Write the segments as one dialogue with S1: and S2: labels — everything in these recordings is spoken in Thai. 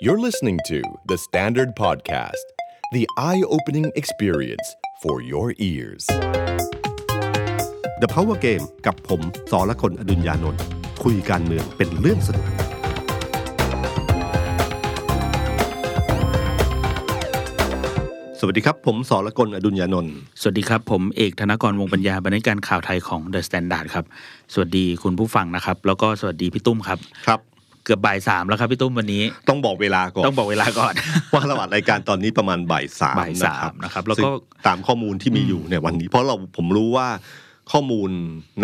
S1: You're listening to The Standard Podcast, the eye opening experience for your ears.
S2: The Power Game กับผมสอละคนอดุญญานนท์คุยการเมืองเป็นเรื่องสนุก สวัสดีครับ ผมสอละคนอดุญญานนท์
S3: สวัสดีครับ ผมเอกธนกรวงปัญญาบรรณาธิการข่าวไทยของ The Standard ครับ สวัสดีคุณผู้ฟังนะครับ แล้วก็สวัสดีพี่ตุ้มครับ
S2: ครับ
S3: เกือบบ่ายสามแล้วครับพี่ตุ้มวันนี้
S2: ต้องบอกเวลาก่อน
S3: ต้องบอกเวลาก่อน
S2: ว่าเราอัดรายการตอนนี้ประมาณบ่ายสาม
S3: บ่ายสามนะครับแล้วก็
S2: ซึ่งตามข้อมูลที่มีอยู่ในวันนี้ เพราะเราผมรู้ว่าข้อมูล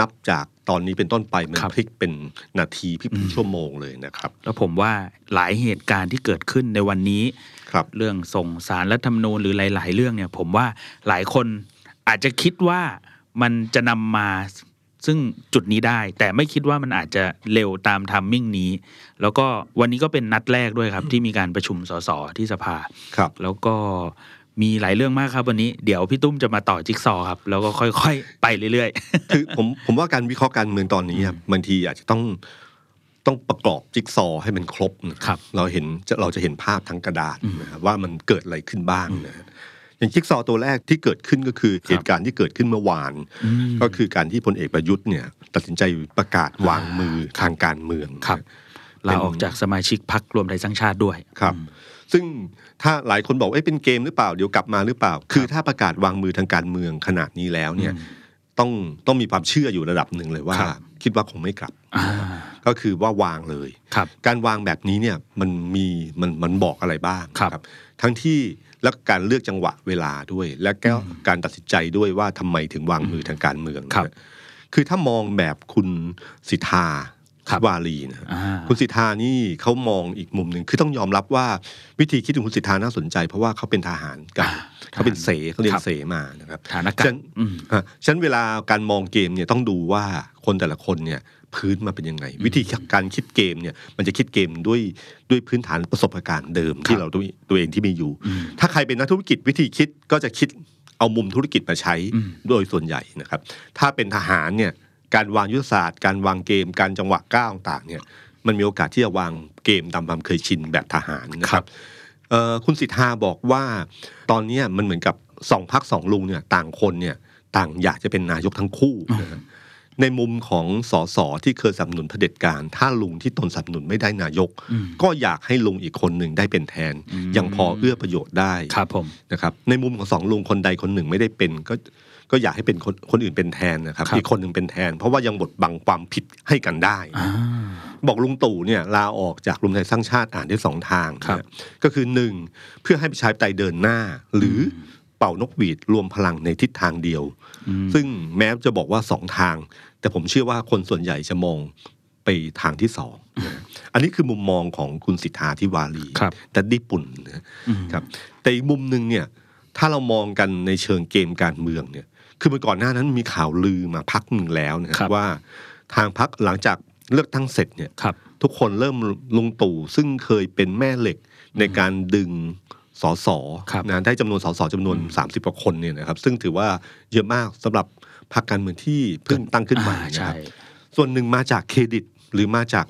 S2: นับจากตอนนี้เป็นต้นไปมันพลิกเป็นนาทีพลิกเป็นชั่วโมงเลยนะครับ
S3: แล้วผมว่าหลายเหตุการณ์ที่เกิดขึ้นในวันนี้
S2: ครับ
S3: เรื่องส่งสารรัฐธรรมนูญหรือหลาย ๆ เรื่องเนี่ยผมว่าหลายคนอาจจะคิดว่ามันจะนำมาซึ่งจุดนี้ได้ แต่ไม่คิดว่ามันอาจจะเร็วตามทัมมิ่งนี้ แล้วก็วันนี้ก็เป็นนัดแรกด้วยครับ ที่มีการประชุมสสที่สภา
S2: ครับ
S3: แล้วก็มีหลายเรื่องมากครับวันนี้เดี๋ยวพี่ตุ้มจะมาต่อจิ๊กซอว์ครับ แล้วก็ค่อยๆ ไปเรื่อย
S2: คือผมผมว่าการวิเคราะห์การเมืองตอนนี้อะบางทีอาจจะต้องต้องประกอบจิ๊กซอว์ให้มันครบ นะครับ เราเห็นจะเราจะเห็นภาพทั้งกระดาษนะครับว่ามันเกิดอะไรขึ้นบ้างนะฮะอย่างจิ๊กซอว์ตัวแรกที่เกิดขึ้นก็คือเหตุการณ์ที่เกิดขึ้นเมื่อวาน ก็คือการที่พลเอกประยุทธ์เนี่ย ตัดสินใจประกาศวางมือทางการเมือง
S3: ครับ ๆลาออกจากสมาชิกพักรวมไทยสร้างชาติด้วย
S2: ครับ ซึ่งถ้าหลายคนบอกเอ้ยเป็นเกมหรือเปล่าเดี๋ยวกลับมาหรือเปล่า คือถ้าประกาศวางมือทางการเมืองขนาดนี้แล้วเนี่ย ต้องต้องมีความเชื่ออยู่ระดับหนึ่งเลยว่า
S3: ครับ
S2: คิดว่าคงไม่กลับ
S3: อ่า
S2: ก็คือว่าวางเลย
S3: ครับ
S2: การวางแบบนี้เนี่ยมันมีมันมันบอกอะไรบ้าง
S3: ครับ
S2: ทั้งที่และการเลือกจังหวะเวลาด้วย และก็การตัดสินใจด้วยว่าทำไมถึงวางมือทางการเมืองนะฮะคือถ้ามองแบบคุณสิทธา
S3: ครับ
S2: วารีนะฮะ
S3: อ่า
S2: คุณสิทธานี่เขามองอีกมุมหนึ่งคือต้องยอมรับว่าวิธีคิดของคุณสิทธาน่าสนใจ เพราะว่าเขาเป็นทหารเกันเขาเป็นเสเขาเรีย
S3: ครั
S2: น
S3: บ
S2: เสมานะครับ
S3: ฐานะกา
S2: ฉั
S3: ร
S2: น
S3: ณ์อืม
S2: ฮะฉันเวลาการมองเกมเนี่ยต้องดูว่าคนแต่ละคนเนี่ยพื้นมาเป็นยังไง วิธีการคิดเกมเนี่ยมันจะคิดเกมด้วยด้วยพื้นฐานประสบการณ์เดิมที่เราตัวตัวเองที่มีอยู่ ถ้าใครเป็นนักธุรกิจวิธีคิดก็จะคิดเอามุมธุรกิจมาใช้
S3: อืม
S2: โดยส่วนใหญ่นะครับ ถ้าเป็นทหารเนี่ยการวางยุทธศาสตร์ การวางเกมการจังหวะก้าวต่างๆเนี่ยมันมีโอกาสที่จะวางเกมตามความเคยชินแบบทหารนะครับ เอ่อคุณสิทธาบอกว่าตอนเนี้ยมันเหมือนกับสองพักสองลุงเนี่ยต่างคนเนี่ยต่างอยากจะเป็นนายกทั้งคู่นะฮะในมุมของสสที่เคยสนับสนุนเผด็จการ ถ้าลุงที่ตนสนับสนุนไม่ได้นายก
S3: อืม
S2: ก็อยากให้ลุงอีกคนหนึ่งได้เป็นแทน ยังพอเอื้อประโยชน์ได้
S3: ครับผม
S2: นะครับในมุมของสองลุงคนใดคนหนึ่งไม่ได้เป็น ก็ก็อยากให้เป็นคนคนอื่นเป็นแทนนะครับอีกคนหนึ่งเป็นแทน เพราะว่ายังบดบังความผิดให้กันได้
S3: อ่า
S2: บอกลุงตู่เนี่ยลาออกจากรวมไทยสร้างชาติอ่านได้สองทาง
S3: ครับ
S2: นะก็คือหนึ่งเพื่อให้ประชาธิปไตยเดินหน้า หรือเป่านกหวีดรวมพลังในทิศทางเดียว ซึ่งแม้จะบอกว่าสองทาง แต่ผมเชื่อว่าคนส่วนใหญ่จะมองไปทางที่สองนะอันนี้คือมุมมองของคุณสิทธาทิวารี
S3: ครับ
S2: แต่ญี่ปุ่นนะครับแต่อีกมุมหนึ่งเนี่ยถ้าเรามองกันในเชิงเกมการเมืองเนี่ยคือเมื่อก่อนหน้านั้นมีข่าวลือมาพักหนึ่งแล้วนะค
S3: ครั
S2: รับบ ว่าทางพักหลังจากเลือกตั้งเสร็จเนี่ย
S3: ครับ
S2: ทุกคนเริ่มลุงตู่ซึ่งเคยเป็นแม่เหล็กในการดึงสส
S3: ครับ
S2: นะได้จำนวนสสจำนวน 30กว่าคนเนี่ยนะครับ ซึ่งถือว่าเยอะมากสำหรับพรรคการเมืองที่เพิ่งตั้งขึ้นใหม่
S3: า
S2: นะค
S3: ใช่
S2: รับส่วนหนึ่งมาจากเครดิตหรือมาจาก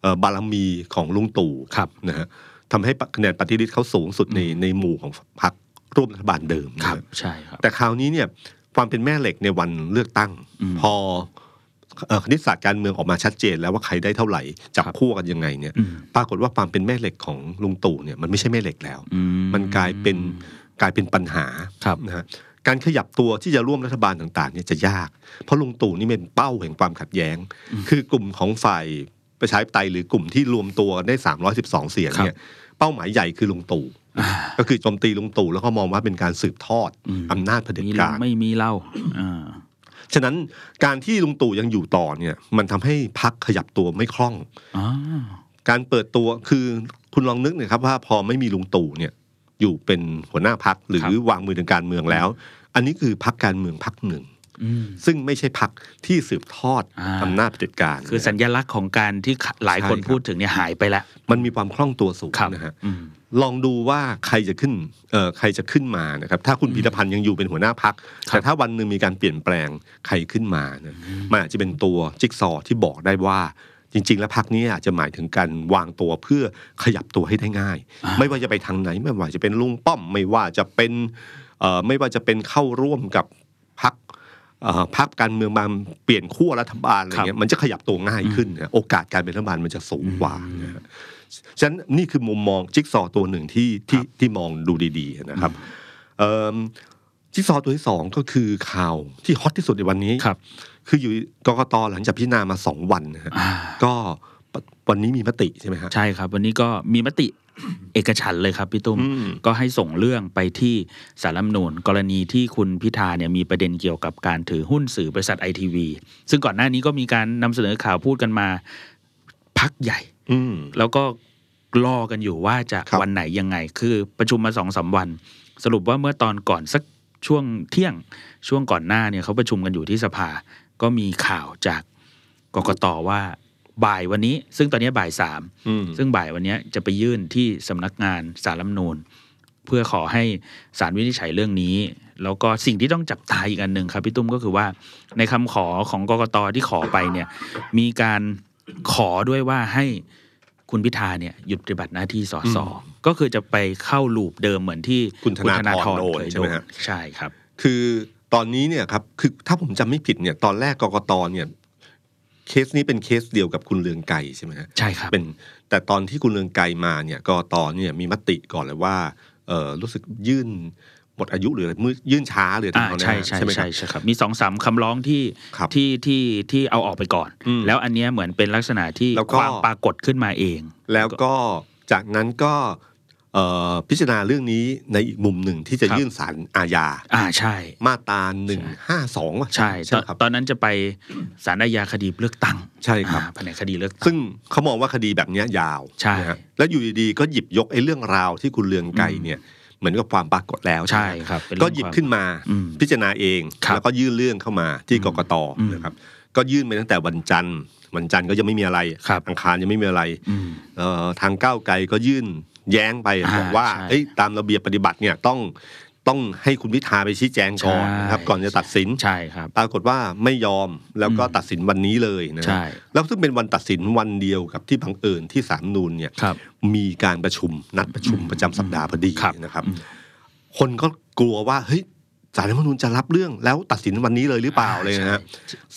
S2: เอ่อบารมีของลุงตู่
S3: ครับ
S2: นะฮะทำให้คะแนนปฏิริษีเขาสูงสุดในในหมู่ของพรรคร่วมรัฐบาลเดิมนะ
S3: ค
S2: ค
S3: รั
S2: รั
S3: บบ ใช่ครับ
S2: แต่คราวนี้เนี่ยความเป็นแม่เหล็กในวันเลือกตั้ง พอเอ่อคณิตศาสตร์การเมืองออกมาชัดเจนแล้วว่าใครได้เท่าไหร่จับคู่กันยังไงเนี่ยปรากฏว่าความเป็นแม่เหล็กของลุงตู่เนี่ยมันไม่ใช่แม่เหล็กแล้ว
S3: อืม
S2: มันกลายเป็นกลายเป็นปัญหา
S3: ครับ
S2: นะฮะการขยับตัวที่จะร่วมรัฐบาลต่างๆเนี่ยจะยาก เพราะลุงตู่นี่เป็นเป้าแห่งความขัดแย้ง คือกลุ่มของฝ่ายประชาธิปไตยหรือกลุ่มที่รวมตัวได้ 312 เสียงเนี่ยเป้าหมายใหญ่คือลุงตู่ ก็คือโจมตีลุงตู่แล้วก็มองว่าเป็นการสืบทอดอำนาจเผด็จ
S3: มี
S2: การ
S3: ไม่มีเล่าอ่า
S2: ฉะนั้นการที่ลุงตู่ยังอยู่ต่อเนี่ยมันทำให้พักขยับตัวไม่คล่อง
S3: อ๋อ
S2: การเปิดตัวคือคุณลองนึกหนะครับว่าพอไม่มีลุงตู่เนี่ยอยู่เป็นหัวหน้าพักหรือ
S3: ครับ
S2: วางมือทางการเมืองแล้ว อันนี้คือพักการเมืองพักหนึ่ง
S3: อืม
S2: ซึ่งไม่ใช่พักที่สืบทอด
S3: อ่า
S2: อำนาจเผด็จการ
S3: คือสัญลักษณ์ของการที่หลายคน
S2: ใช่ครับ
S3: พูดถึงเนี่ยหายไปแล้ว
S2: มันมีความคล่องตัวสูง
S3: ครับ
S2: นะฮะ
S3: อืม
S2: ลองดูว่าใครจะขึ้นเอ่อใครจะขึ้นมานะครับ ถ้าคุณพีรพันธ์ยังอยู่เป็นหัวหน้าพัก
S3: ครับ
S2: แต่ถ้าวันหนึ่งมีการเปลี่ยนแปลงใครขึ้นมานะมันอาจจะเป็นตัวจิ๊กซอว์ที่บอกได้ว่า จริง ๆ แล้วพักนี้อาจจะหมายถึงการวางตัวเพื่อขยับตัวให้ได้ง่าย
S3: อ่า
S2: ไม่ว่าจะไปทางไหน ไม่ว่าจะเป็นลุงป้อม ไม่ว่าจะเป็นเอ่อไม่ว่าจะเป็นเข้าร่วมกับพักพักการเมืองบางเปลี่ยนขั้วรัฐบาลอะไรเงี้ยมันจะขยับตัวง่ายขึ้นนะโอกาสการเป็นรัฐบาลมันจะสูงกว่านะฮะฉะนั้นนี่คือมุมมองจิ๊กซอว์ตัวหนึ่งที่ที่ที่มองดูดีๆนะครับเอิ่มจิ๊กซอว์ตัวที่สองก็คือข่าวที่ฮอตที่สุดในวันนี้
S3: ครับ
S2: คืออยู่กกตหลังจากพิจารณามาสองวันนะฮะ
S3: อ่า
S2: ก็ปะวันนี้มีมติใช่ไหมฮะ
S3: ใช่ครับ วันนี้ก็มีมติ เอกฉันท์เลยครับพี่ตุ้ม
S2: อืม
S3: ก็ให้ส่งเรื่องไปที่สารรัฐธรรมนูญกรณีที่คุณพิธาเนี่ยมีประเด็นเกี่ยวกับการถือหุ้นสื่อบริษัทไอทีวีซึ่งก่อนหน้านี้ก็มีการนำเสนอข่าวพูดกันมาพักใหญ่
S2: อืม
S3: แล้วก็รอกันอยู่ว่าจะ
S2: ครับ
S3: วันไหนยังไง คือประชุมมาสองสามวัน สรุปว่าเมื่อตอนก่อนสักช่วงเที่ยงช่วงก่อนหน้าเนี่ยเขาประชุมกันอยู่ที่สภา ก็มีข่าวจากกกตว่าบ่ายวันนี้ ซึ่งตอนนี้บ่ายสาม
S2: อืม
S3: ซึ่งบ่ายวันนี้จะไปยื่นที่สำนักงานสารรัฐธรรมนูญ เพื่อขอให้ศาลวินิจฉัยเรื่องนี้ แล้วก็สิ่งที่ต้องจับตาอีกอันหนึ่งครับพี่ตุ้มก็คือว่า ในคำขอของกกตที่ขอไปเนี่ย มีการขอด้วยว่าให้คุณพิธาเนี่ยหยุดปฏิบัติหน้าที่สสก็คือจะไปเข้าลูปเดิมเหมือนที่
S2: คุณธนาธรโดน
S3: เคย
S2: ใช่
S3: โด
S2: ไหม
S3: น
S2: ฮะ
S3: ใช่ครับ
S2: คือตอนนี้เนี่ยครับคือถ้าผมจำไม่ผิดเนี่ยตอนแรกกกตเนี่ยเคสนี้เป็นเคสเดียวกับคุณเลืองไกรใช่ไหมฮะ
S3: ใช่ครับ
S2: เป็นแต่ตอนที่คุณเลืองไกรมาเนี่ยกกตเนี่ยมีมติก่อนเลยว่าเออรู้สึกยื่นหมดอายุหรืออะไรมือยื่นช้าหรือทำ
S3: อ่า
S2: เขา
S3: ใช่
S2: เนี่ย
S3: ใช่
S2: ใช่ไหมค
S3: ใช่
S2: รับ
S3: ใช่ครับ มีสองสามคำร้องที่
S2: ครับ
S3: ที่ที่ที่เอาออกไปก่อน
S2: อืม
S3: แล้วอันเนี้ยเหมือนเป็นลักษณะที่
S2: แล้วก็
S3: ความปรากฏขึ้นมาเอง
S2: แล้วก็จากนั้นก็เอ่อพิจารณาเรื่องนี้ในอีกมุมหนึ่งที่จะ
S3: ครับ
S2: ยื่นศาลอาญา
S3: อ่าใช่
S2: มาตราหนึ่งห้าสอง
S3: ใช่
S2: ใช่
S3: ตอน
S2: ครับ
S3: ตอนนั้นจะไปสารอาญาคดีเลือกตั้ง
S2: ใช่ครับ
S3: อ่าแผนกคดีเลือกตั้ง
S2: ซึ่งเขามองว่าคดีแบบเนี้ยยาว
S3: ใช่
S2: นะฮะแล้วอยู่ดีๆ ก็หยิบยกไอ้เรื่องราวที่คุณเลืองไกรเนี่ย เหมือนกับความปรากฏแล้ว
S3: ใช่
S2: ไหม
S3: ครับเป็นเรื่
S2: ก็
S3: อง
S2: หยิบขึ้นมา
S3: อืม
S2: พิจารณาเอง
S3: ครับ
S2: แล้วก็ยื่นเรื่องเข้ามาที่กกต
S3: อืม
S2: นะครับ ก็ยื่นไปตั้งแต่วันจันทร์ วันจันทร์ก็ยังไม่มีอะไร
S3: ครับ
S2: อังคารยังไม่มีอะไร
S3: อืม
S2: เอ่อทางก้าวไกลก็ยื่นแย้งไป
S3: อ่า
S2: บอกว่า
S3: ใช่
S2: เอ้ยตามระเบียบปฏิบัติเนี่ยต้องต้องให้คุณพิธาไปชี้แจงก่อนนะครับ
S3: ใช่
S2: ก่อนจะตัดสิน
S3: ใช่ครับ
S2: ปรากฏว่าไม่ยอมแล้วก็
S3: อืม
S2: ตัดสินวันนี้เลยนะฮะ
S3: ใช่
S2: แล้วซึ่งเป็นวันตัดสินวันเดียวกับที่บังเอิญที่สามนูนเนี่ย
S3: ครับ
S2: มีการประชุมนัดประชุมประจำสัปดาห์พอดี
S3: ครับ
S2: นะครับ
S3: อืม
S2: คนก็กลัวว่าเฮ้ยสารรัฐธรรมนูญจะรับเรื่องแล้วตัดสินวันนี้เลยหรือเปล่าเลยนะฮะ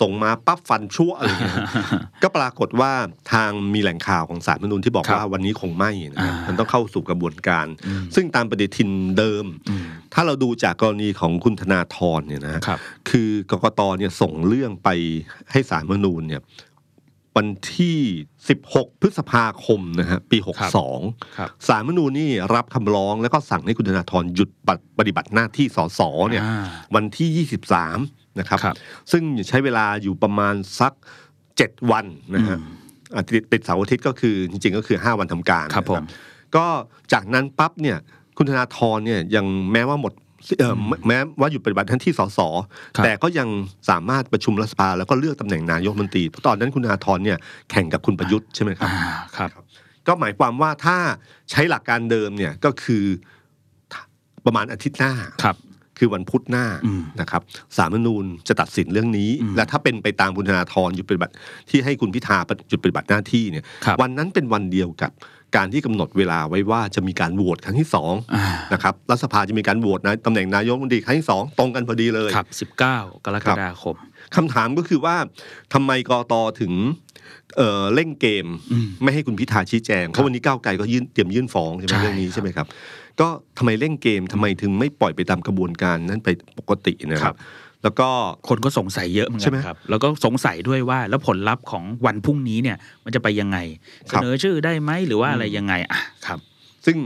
S2: ส่งมาปั๊บฟันชั่วอะไรอย่างเงี้ยก็ปรากฏว่าทางมีแหล่งข่าวของสารรัฐธรรมนูญที่บอก
S3: ครับ
S2: ว่าวันนี้คงไม่นะฮะ
S3: อ่ามั
S2: มันต้องเข้าสู่กระบวนการ
S3: อืม
S2: ซึ่งตามปฏิทินเดิม
S3: อืม
S2: ถ้าเราดูจากกรณีของคุณธนาธรเนี่ยนะฮะ
S3: ครับ
S2: คือกกตเนี่ยส่งเรื่องไปให้สาลรฐธรรมนูญเนี่ยวันที่ 16 พฤษภาคมนะฮะปี
S3: ครับ
S2: 62
S3: ครับ
S2: สาลรฐธรรมนูญนี่รับคำร้องแล้วก็สั่งให้คุณธนาธรหยุดปฏิบัติหน้าที่สสเนี่ย
S3: อ่า
S2: วันที่ 23 นะครับ
S3: ครับ
S2: ซึ่งใช้เวลาอยู่ประมาณสัก 7 วันนะฮะ
S3: อืม
S2: อ่ะติดติดเสาร์อาทิตย์ก็คือจริงๆก็คือ 5 วันทำการ
S3: ครับ
S2: นะ
S3: ผม
S2: ก็จากนั้นปั๊บเนี่ยคุณธนาธรเนี่ยยังแม้ว่าหมดเอ่อแม้แม้ว่าหยุดปฏิบัติหน้าที่สส
S3: ครับ
S2: แต่ ก็ยังสามารถประชุมรัฐสภาแล้วก็เลือกตำแหน่งนายกรัฐมนตรีเพราะตอนนั้นคุณอาธรเนี่ยแข่งกับคุณประยุทธ์ใช่ไหมครับ
S3: อ่าครับ
S2: ก็หมายความว่าถ้าใช้หลักการเดิมเนี่ยก็คือประมาณอาทิตย์หน้า
S3: ครับ
S2: คือวันพุธหน้า
S3: อืม
S2: นะครับสาลรฐธรรมนูญจะตัดสินเรื่องนี้
S3: อืม
S2: และถ้าเป็นไปตามคุณธนาธรหยุดปฏิบัติที่ให้คุณพิธาหยุดปฏิบัติหน้าที่เนี่ย
S3: ครับ
S2: วันนั้นเป็นวันเดียวกับการที่กำหนดเวลาไว้ว่าจะมีการโหวตครั้งที่สอง
S3: อ่า
S2: นะครับรัฐสภาจะมีการโหวตนะตำแหน่งนายกรัฐมนตรีครั้งที่สองตรงกันพอดีเลย
S3: ครับสิบเก้ากรกฎาคม
S2: คำถามก็คือว่าทำไมกตถึงเอ่อเร่งเกม
S3: อืม
S2: ไม่ให้คุณพิธาชี้แจง เพราะวันนี้ก้าวไกลก็ยื่นเตรียมยื่นฟ้องใช่ไหม
S3: ใช่
S2: เรื่องนี้ใช่ไหมครับ ก็ทำไมเร่งเกมทำไมถึงไม่ปล่อยไปตามกระบวนการนั้นไปปกตินะครับ แล้วก็
S3: คนก็สงสัยเยอะเหมือน
S2: ใช่
S3: กั
S2: ไหม
S3: นครับ แล้วก็สงสัยด้วยว่าแล้วผลลัพธ์ของวันพรุ่งนี้เนี่ย มันจะไปยังไง
S2: ค
S3: เส
S2: รับ
S3: นอชื่อได้ไหมหรือว่าอะไรยังไงอ่ะครับ
S2: ซึ่ง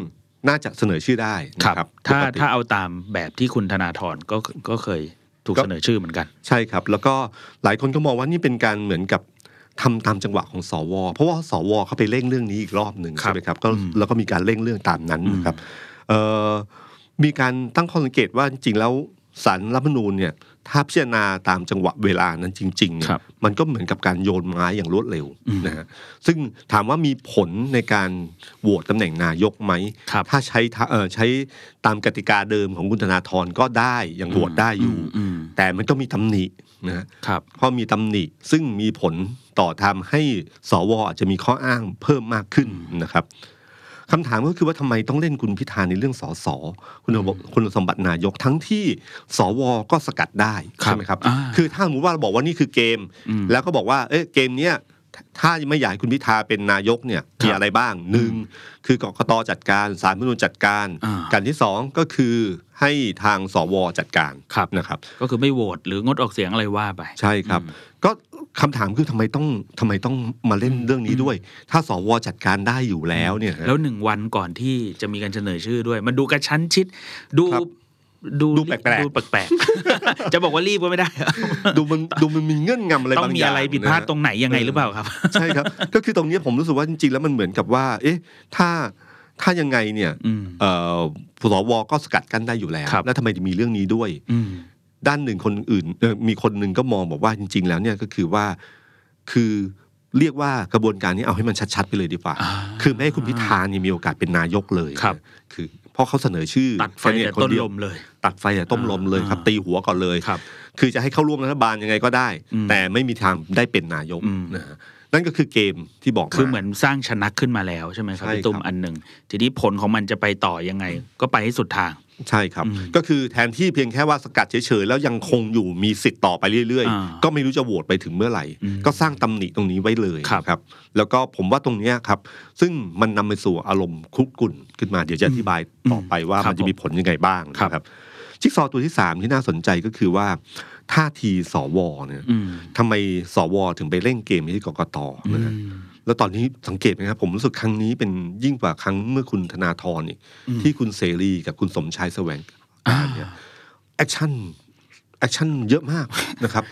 S2: น่าจะเสนอชื่อได้
S3: ครับ
S2: นะครับ
S3: ถ้า
S2: ปกติ
S3: ถ้าเอาตามแบบที่คุณธนาธรก็ก็เคยถูกเสนอชื่อเหมือนกัน
S2: ใช่ครับ แล้วก็หลายคนก็มองว่านี่เป็นการเหมือนกับทำตามจังหวะของสว เพราะว่าสวเขาไปเร่งเรื่องนี้อีกรอบหนึ่ง
S3: ครับ
S2: ใช่ไหมครับก็แล้วก็มีการเร่งเรื่องตามนั้นนะครับ เอ่อมีการตั้งข้อสังเกตว่าจริงๆแล้ว สารรัฐธรรมนูญเนี่ยถ้าพิจารณาตามจังหวะเวลานั้นจริงๆเนี่
S3: ครั
S2: ย
S3: บ
S2: มันก็เหมือนกับการโยนไม้อย่างรวดเร็ว
S3: อืม
S2: นะฮะซึ่งถามว่ามีผลในการโหวตตำแหน่งนายกไหม
S3: ครับ
S2: ถ้าใช้ทะเอ่อใช้ตามกติกาเดิมของคุณธนาธรก็ได้ยังโหวตได้อยู่
S3: อืม
S2: แต่มันก็มีตำหนินะฮะ
S3: ครับ
S2: เพราะมีตำหนิซึ่งมีผลต่อทำให้สวอาจจะมีข้ออ้างเพิ่มมากขึ้นนะครับคำถามก็คือว่าทำไมต้องเล่นคุณพิธาในเรื่องสสคุณสมบัติคุณสมบัตินายกทั้งที่สวก็สกัดได้
S3: ครับ
S2: ใช่ไหมครับ
S3: อ่า
S2: คือถ้าสมมติว่าเราบอกว่านี่คือเกม
S3: อืม
S2: แล้วก็บอกว่าเอ๊ะเกมเนี้ยถ้าไม่อยากให้คุณพิธาเป็นนายกเนี่ย
S3: ครับ
S2: มีอะไรบ้างหนึ่งคือกกตจัดการสารพิจารณจัดการ
S3: อ่า
S2: การที่สองก็คือให้ทางสวจัดการ
S3: ครับ
S2: นะครับ
S3: ก็คือไม่โหวตหรืองดออกเสียงอะไรว่าไป
S2: ใช่ครับ ก็คำถามคือทำไมต้องทำไมต้องมาเล่นเรื่องนี้ด้วย ถ้าสวจัดการได้อยู่แล้วเนี่ยฮะ
S3: แล้วหนึ่งวันก่อนที่จะมีการเสนอชื่อด้วย มันดูกระชั้นชิด ดู
S2: ครับ
S3: ดู
S2: ดูแปลกๆ
S3: ดูแปลกๆ จะบอกว่ารีบก็ไม่ได้
S2: ดูมันดูมันมีเงื่อนงำอะ
S3: ต้อบ
S2: ไราง ง
S3: มี
S2: อย่าง
S3: อะไรผิดพลาด
S2: นะฮะ
S3: ตรงไหนยังไงหรือเปล่าครับ
S2: ใช่ครับ ก็คือตรงเนี้ยผมรู้สึกว่าจริงๆแล้วมันเหมือนกับว่า เอ๊ะถ้าถ้ายังไงเนี่ย
S3: อืม
S2: เอ่อสวก็สกัดกั้นได้อยู่แล้ว
S3: ครับ
S2: แล้วทำไมถึงมีเรื่องนี้ด้วย
S3: อืม
S2: ด้านหนึ่งคนอื่นเอ่อมีคนหนึ่งก็มองบอกว่าจริง ๆ แล้วเนี่ยก็คือว่าคือเรียกว่ากระบวนการนี้เอาให้มันชัด ๆ ไปเลยดีกว่า
S3: อ่า
S2: คือไม่ให้คุณพิธาเนี่ยมีโอกาสเป็นนายกเลย
S3: ครับ
S2: คือเพราะเขาเสนอชื่อ
S3: ตัดไฟ
S2: แค่
S3: แต่
S2: เยคน
S3: ต้น
S2: เดีย
S3: ล
S2: ว
S3: มเลย
S2: ตัดไฟแต่ต้มลมเลยครับ
S3: อ่า
S2: ตีหัวก่อนเลย
S3: ครับ
S2: คือจะให้เข้าร่วมรัฐบาลยังไงก็ได้
S3: อืม
S2: แต่ไม่มีทางได้เป็นนายก
S3: อืม
S2: นะฮะนั่นก็คือเกมที่บอก
S3: คือ
S2: มา
S3: เหมือนสร้างชนะขึ้นมาแล้วใช่ไหมครับ
S2: ใช่
S3: พี่ตุ้ม
S2: ครับ
S3: อันหนึ่งทีนี้ผลของมันจะไปต่อยังไง ก็ไปให้สุดทาง
S2: ใช่ครับ
S3: อืม
S2: ก็คือแทนที่เพียงแค่ว่าสกัดเฉยๆ แล้วยังคงอยู่มีสิทธิ์ต่อไปเรื่อย
S3: อ่า
S2: ๆ ก็ไม่รู้จะโหวตไปถึงเมื่อไหร่
S3: อืม
S2: ก็สร้างตำหนิตรงนี้ไว้เลย
S3: ครับ
S2: นะครับ แล้วก็ผมว่าตรงเนี้ยครับ ซึ่งมันนำไปสู่อารมณ์คุกกุ่นขึ้นมาเดี๋ยวจะอธิบายต่อไปว่า
S3: ครั
S2: มั
S3: บ
S2: นจะมีผลยังไงบ้าง
S3: ครับ
S2: นะครับจิ๊กซอว์ตัวที่สามที่น่าสนใจก็คือว่าท่าทีสวเนี่ย
S3: อืม
S2: ทำไมสวถึงไปเล่นเกมที่กกตนะฮะ
S3: อืม
S2: แล้วตอนนี้สังเกตไหมครับผมรู้สึกครั้งนี้เป็นยิ่งกว่าครั้งเมื่อคุณธนาธรอีก
S3: อืม
S2: ที่คุณเสรีกับคุณสมชายแสวงการเนี่ยแอคชั่นแอคชั่นเยอะมาก นะครับ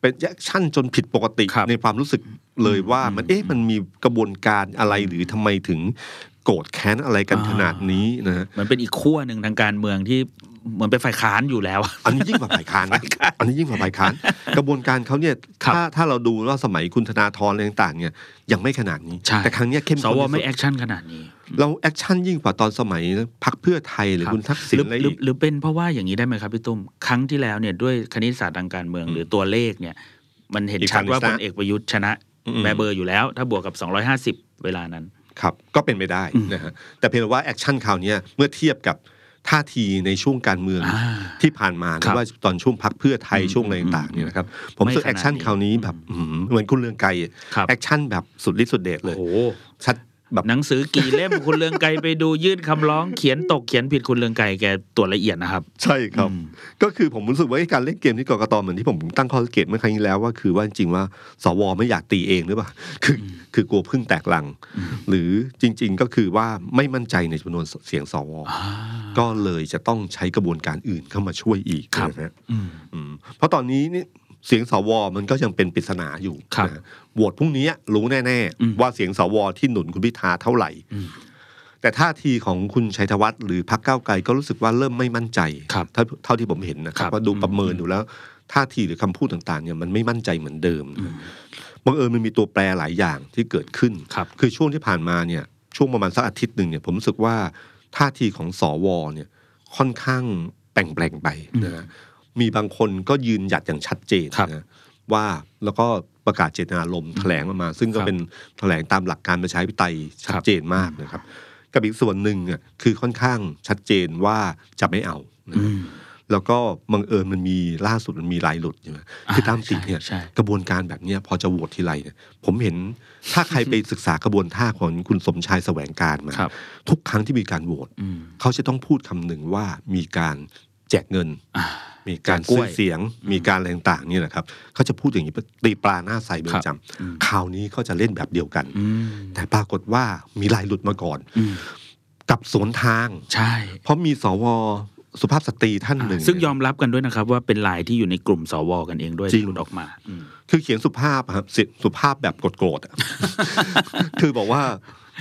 S2: เป็นแอคชั่นจนผิดปกติ
S3: ครับ
S2: ในความรู้สึกเลยว่ามันเอ๊ะมันมีกระบวนการอะไรหรือทำไมถึงโกรธแค้นอะไรกัน
S3: อ่า
S2: ขนาดนี้นะฮะ
S3: มันเป็นอีกขั้วหนึ่งทางการเมืองที่เหมือนเป็นฝ่ายค้านอยู่แล้ว
S2: อันนี้ยิ่งกว่าฝ่ายค้านนะอันนี้ยิ่งกว่าฝ่ายค้าน กระบวนการเขาเนี่ย
S3: ครับ
S2: ถ้าถ้าเราดูว่าสมัยคุณธนาธรอะไรต่างๆเนี่ยยังไม่ขนาดนี้
S3: ใช่
S2: แต่ครั้งเนี้ยเข้มข้น
S3: สว
S2: ที่สุด
S3: ไม่แอคชั่นขนาดนี้
S2: เราแอคชั่นยิ่งกว่าตอนสมัยพักเพื่อไทยหรือ
S3: ครับ
S2: คุณทักษิณ
S3: หรือ
S2: อะไร
S3: หรื
S2: อี
S3: อก หรือเป็นเพราะว่าอย่างนี้ได้ไหมครับพี่ตุ้มครั้งที่แล้วเนี่ยด้วยคณิตศาสตร์ทางการเมือง หรือตัวเลขเนี่ย มันเห็น
S2: อีก
S3: ชัดว่า
S2: ฝั่ง
S3: พ
S2: ห
S3: ล
S2: นึ่งชนะ
S3: เอกประยุทธ์ชนะ
S2: อืม
S3: แบเบอร์อยู่แล้ว ถ้าบวกกับ 250 เวลานั้น
S2: ครับ ก็เป็นไปได้นะฮะแต่เพียงแต่ว่าแอคชั่นคราวเนี้ยเมื่อเทียบกับท่าทีในช่วงการเมือง
S3: อ่า
S2: ที่ผ่านมา
S3: ครั
S2: นะ
S3: บ
S2: ว่าตอนช่วงพักเพื่อไทย
S3: อืม
S2: ช่วงอะไรต่างๆเนี่ยนะครับผมรู้สึก
S3: ไม่ขนาด
S2: แอคชั่นคราวนี้แบบอื้อหือเหมือนคุณเรืองไกร
S3: ครับ
S2: แอคชั่นแบบสุดฤทธิ์สุดเดชเล
S3: โอ้
S2: ย
S3: โห
S2: ชัดแบบ
S3: หนังสือกี่เล่ม คุณเลืองไกรไปดูยื่นคำร้องเขียนตกเขียนผิดคุณเลืองไกรแกตรวจละเอียดนะครับ
S2: ใช่ครับ
S3: อืม
S2: ก็คือผมรู้สึกว่าไอ้การเล่นเกมที่กกตเหมือนที่ผมตั้งข้อสังเกตเมื่อครั้งที่แล้วว่าคือว่าจริงๆว่าสวไม่อยากตีเองหรือเปล่าคือคือกลัวพึ่งแตกลัง หรือจริง ๆ ก็คือว่าไม่มั่นใจในจำนวนเสียงสว ก็เลยจะต้องใช้กระบวนการอื่นเข้ามาช่วยอีก
S3: ครับ
S2: นะฮะ
S3: อืม
S2: อืมเพราะตอนนี้เนี่ยเสียงสวมันก็ยังเป็นปริศนาอยู่
S3: ครับ
S2: นะฮะโหวตพรุ่งนี้รู้แน่
S3: อืม
S2: ๆ ว่าเสียงสวที่หนุนคุณพิธาเท่าไหร่
S3: อืม
S2: แต่ท่าทีของคุณชัยธวัฒน์หรือพรรคก้าวไกลก็รู้สึกว่าเริ่มไม่มั่นใจ
S3: ครับ
S2: เท่าเท่าที่ผมเห็นนะค
S3: ค
S2: รั
S3: รั
S2: บบ ว่าดู
S3: อืม
S2: ประเมินดูแล้ว ท่าทีหรือคำพูดต่างๆเนี่ยมันไม่มั่นใจเหมือนเดิมนะฮะบังเอิญมันมีตัวแปรหลายอย่างที่เกิดขึ้น
S3: ครับ
S2: คือช่วงที่ผ่านมาเนี่ยช่วงประมาณสักอาทิตย์หนึ่งเนี่ยผมรู้สึกว่าท่าทีของสวเนี่ยค่อนข้างแปลงแปลงๆไปนะฮะมีบางคนก็ยืนหยัดอย่างชัดเจน
S3: ครับ
S2: นะว่าแล้วก็ประกาศเจตนารมณ์แถลงออกมา ซึ่งก็
S3: ครับ
S2: เป็นแถลงตามหลักการประชาธิปไตยชัดเจนมากนะครับ กับอีกส่วนหนึ่งอ่ะคือค่อนข้างชัดเจนว่าจะไม่เอานะฮะ
S3: อืม
S2: แล้วก็บังเอิญมันมีล่าสุดมันมีลายหลุดใช่ไหมคือตามติดเนี่ย
S3: ใช่ใช่
S2: กระบวนการแบบเนี้ยพอจะโหวตทีไรเนี่ยผมเห็นถ้าใครไปศึกษากระบวนท่าของคุณสมชายแสวงการมา
S3: ครับ
S2: ทุกครั้งที่มีการโหวต
S3: อืม
S2: เขาจะต้องพูดคำหนึ่งว่ามีการแจกเงิน
S3: อ่า
S2: มีการ
S3: แจกกล้
S2: ซื้
S3: วย
S2: อเสียง มีการอะไรต่างๆเนี่ยนะครับเขาจะพูดอย่างนี้ตีปลาหน้าใสเป็นประจ
S3: อืม
S2: ำคราวนี้ก็จะเล่นแบบเดียวกัน
S3: อืม
S2: แต่ปรากฏว่ามีลายหลุดมาก่อน
S3: อืม
S2: กับสวนทาง
S3: ใช่
S2: เพราะมีสวสุภาพสตรีท่านหนึ่ง
S3: ซึ่งยอมรับกันด้วยนะครับ ว่าเป็นลายที่อยู่ในกลุ่มสวกันเองด้วย
S2: จริง
S3: หลุดออกมาอืม
S2: คือเขียนสุภาพอะครับสิสุภาพแบบโกรธๆอะ คือบอกว่า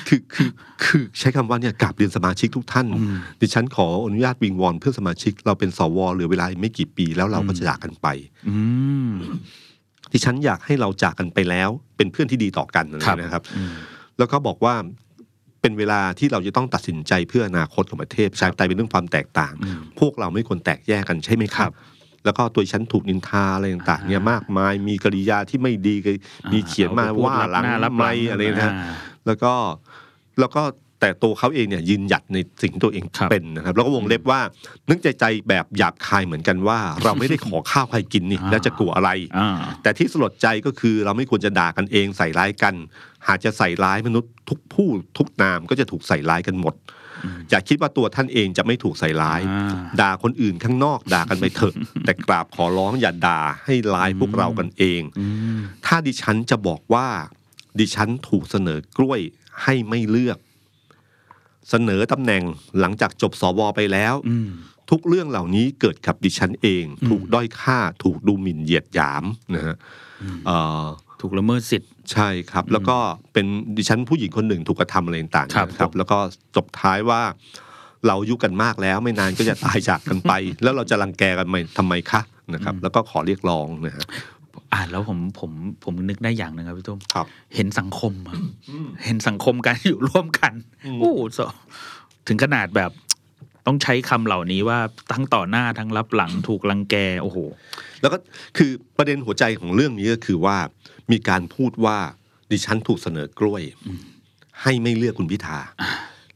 S2: คือคือคือใช้คำว่าเนี่ยกราบเรียนสมาชิกทุกท่าน
S3: อืม
S2: ดิฉันขออนุญาตวิงวอนเพื่อนสมาชิก เราเป็นสวเหลือเวลาอีกไม่กี่ปีแล้วเราก็จะจากกันไป
S3: อืม
S2: ดิฉันอยากให้เราจากกันไปแล้ว เป็นเพื่อนที่ดีต่อกันอะไร
S3: ครับ
S2: นะครับ
S3: อืม
S2: แล้วก็บอกว่าเป็นเวลาที่เราจะต้องตัดสินใจเพื่ออนาคตของประเทศประชาธิปไตยเป็นเรื่องความแตกต่าง
S3: อืม
S2: พวกเราไม่ควรแตกแยกกันใช่ไหมครับ แล้วก็ตัวฉันถูกนินทาอะไรต่างๆเนี่ยมากมายมีกริยาที่ไม่ดีก็มีเขียนมา
S3: อไปพูด
S2: ว่าหลัง
S3: น้ารับห
S2: ไม่
S3: ง
S2: อะไรนะฮะ
S3: อ่า
S2: แล้วก็แล้วก็แต่ตัวเขาเองเนี่ยยืนหยัดในสิ่งที่ตัวเอง
S3: ครับ
S2: เป็นนะครับ แล้วก็วงเล็บว่านึกใจใจแบบหยาบคายเหมือนกันว่า เราไม่ได้ขอข้าวใครกินนี่
S3: อ่า
S2: แล้วจะกลัวอะไร
S3: อ่า
S2: แต่ที่สลดใจก็คือเราไม่ควรจะด่ากันเองใส่ร้ายกัน หากจะใส่ร้ายมนุษย์ทุกผู้ทุกนามก็จะถูกใส่ร้ายกันหมด
S3: อืม
S2: อย่าคิดว่าตัวท่านเองจะไม่ถูกใส่ร้าย
S3: อ่า
S2: ด่าคนอื่นข้างนอกด่ากันไปเถ อะ แต่กราบขอร้องอย่าด่าให้ร้ายพวกเรากันเอง
S3: อืม
S2: ถ้าดิฉันจะบอกว่า ดิฉันถูกเสนอกล้วยให้ไม่เลือก เสนอตำแหน่งหลังจากจบสวไปแล้ว
S3: อืม
S2: ทุกเรื่องเหล่านี้เกิดกับดิฉันเอง
S3: อืม
S2: ถูกด้อยค่า ถูกดูหมิ่นเหยียดหยามนะฮะเอ่อ
S3: ถูกละเมิดสิทธิ์
S2: ใช่ครับ แล้วก็เป็นดิฉันผู้หญิงคนหนึ่งถูกกระทำอะไรต่างๆ
S3: ครับ
S2: นะ
S3: ผม
S2: แล้วก็จบท้ายว่า เราอายุกันมากแล้ว ไม่นานก็จะตายจากกันไป แล้วเราจะรังแกกันไหมทำไมคะนะครับ แล้วก็ขอเรียกร้องนะฮะ
S3: อ่านแล้วผมผมผมนึกได้อย่างหนึ่งครับพี่ตุ้ม
S2: ครับ
S3: เห็นสังคมอะเห็นสังคมการอยู่ร่วมกันโอ้โหสถึงขนาดแบบต้องใช้คำเหล่านี้ว่าทั้งต่อหน้าทั้งรับหลังถูกลังแกโอ้โห
S2: แล้วก็คือประเด็นหัวใจของเรื่องนี้ก็คือว่า มีการพูดว่าดิฉันถูกเสนอกล้วย ให้ไม่เลือกคุณพิธา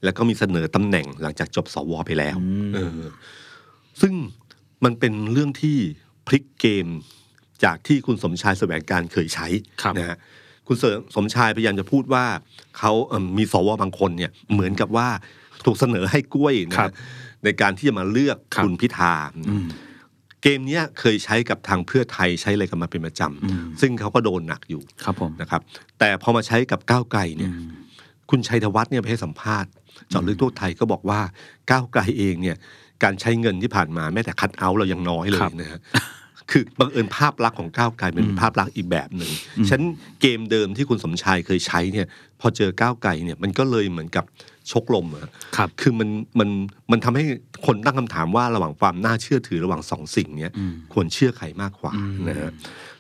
S2: แล้วก็มีเสนอตำแหน่งหลังจากจบสวไปแล้ว
S3: อืม
S2: เออซึ่งมันเป็นเรื่องที่พลิกเกมจากที่คุณสมชายแสวงการเคยใช้
S3: ครับ
S2: นะฮะคุณเสริมสมชายพยายามจะพูดว่าเขาเอิ่มมีสวบางคนเนี่ย เหมือนกับว่าถูกเสนอให้กล้วยนะ
S3: ครั
S2: ฮะ
S3: บ
S2: ในการที่จะมาเลือก
S3: ครับ
S2: คุณพิธา
S3: อืม
S2: เกมเนี้ยเคยใช้กับทางเพื่อไทยใช้อะไรกันมาเป็นประจ
S3: อืม
S2: ำซึ่งเขาก็โดนหนักอยู่
S3: ครับผม
S2: นะครับ แต่พอมาใช้กับก้าวไกลเนี่ย คุณชัยธวัฒน์เนี่ยไปให้สัมภาษณ์เจาะลึกทั่วไทยก็บอกว่าก้าวไกลเองเนี่ย การใช้เงินที่ผ่านมาแม้แต่คัดเอาท์เรายังน้อยเลยนะฮะคือบังเอิญภาพลักษณ์ของก้าวไกลมันเป็นภาพลักษณ์อีกแบบหนึ่งฉะนันเกมเดิมที่คุณสมชายเคยใช้เนี่ย พอเจอก้าวไกลเนี่ยมันก็เลยเหมือนกับชกลมอะ
S3: ครับ
S2: คือมันมันมันทำให้คนตั้งคำถามว่าระหว่างความน่าเชื่อถือระหว่างสองสิ่งเนี้ย
S3: อืม
S2: ควรเชื่อใครมากกว่า
S3: อืม
S2: นะฮะ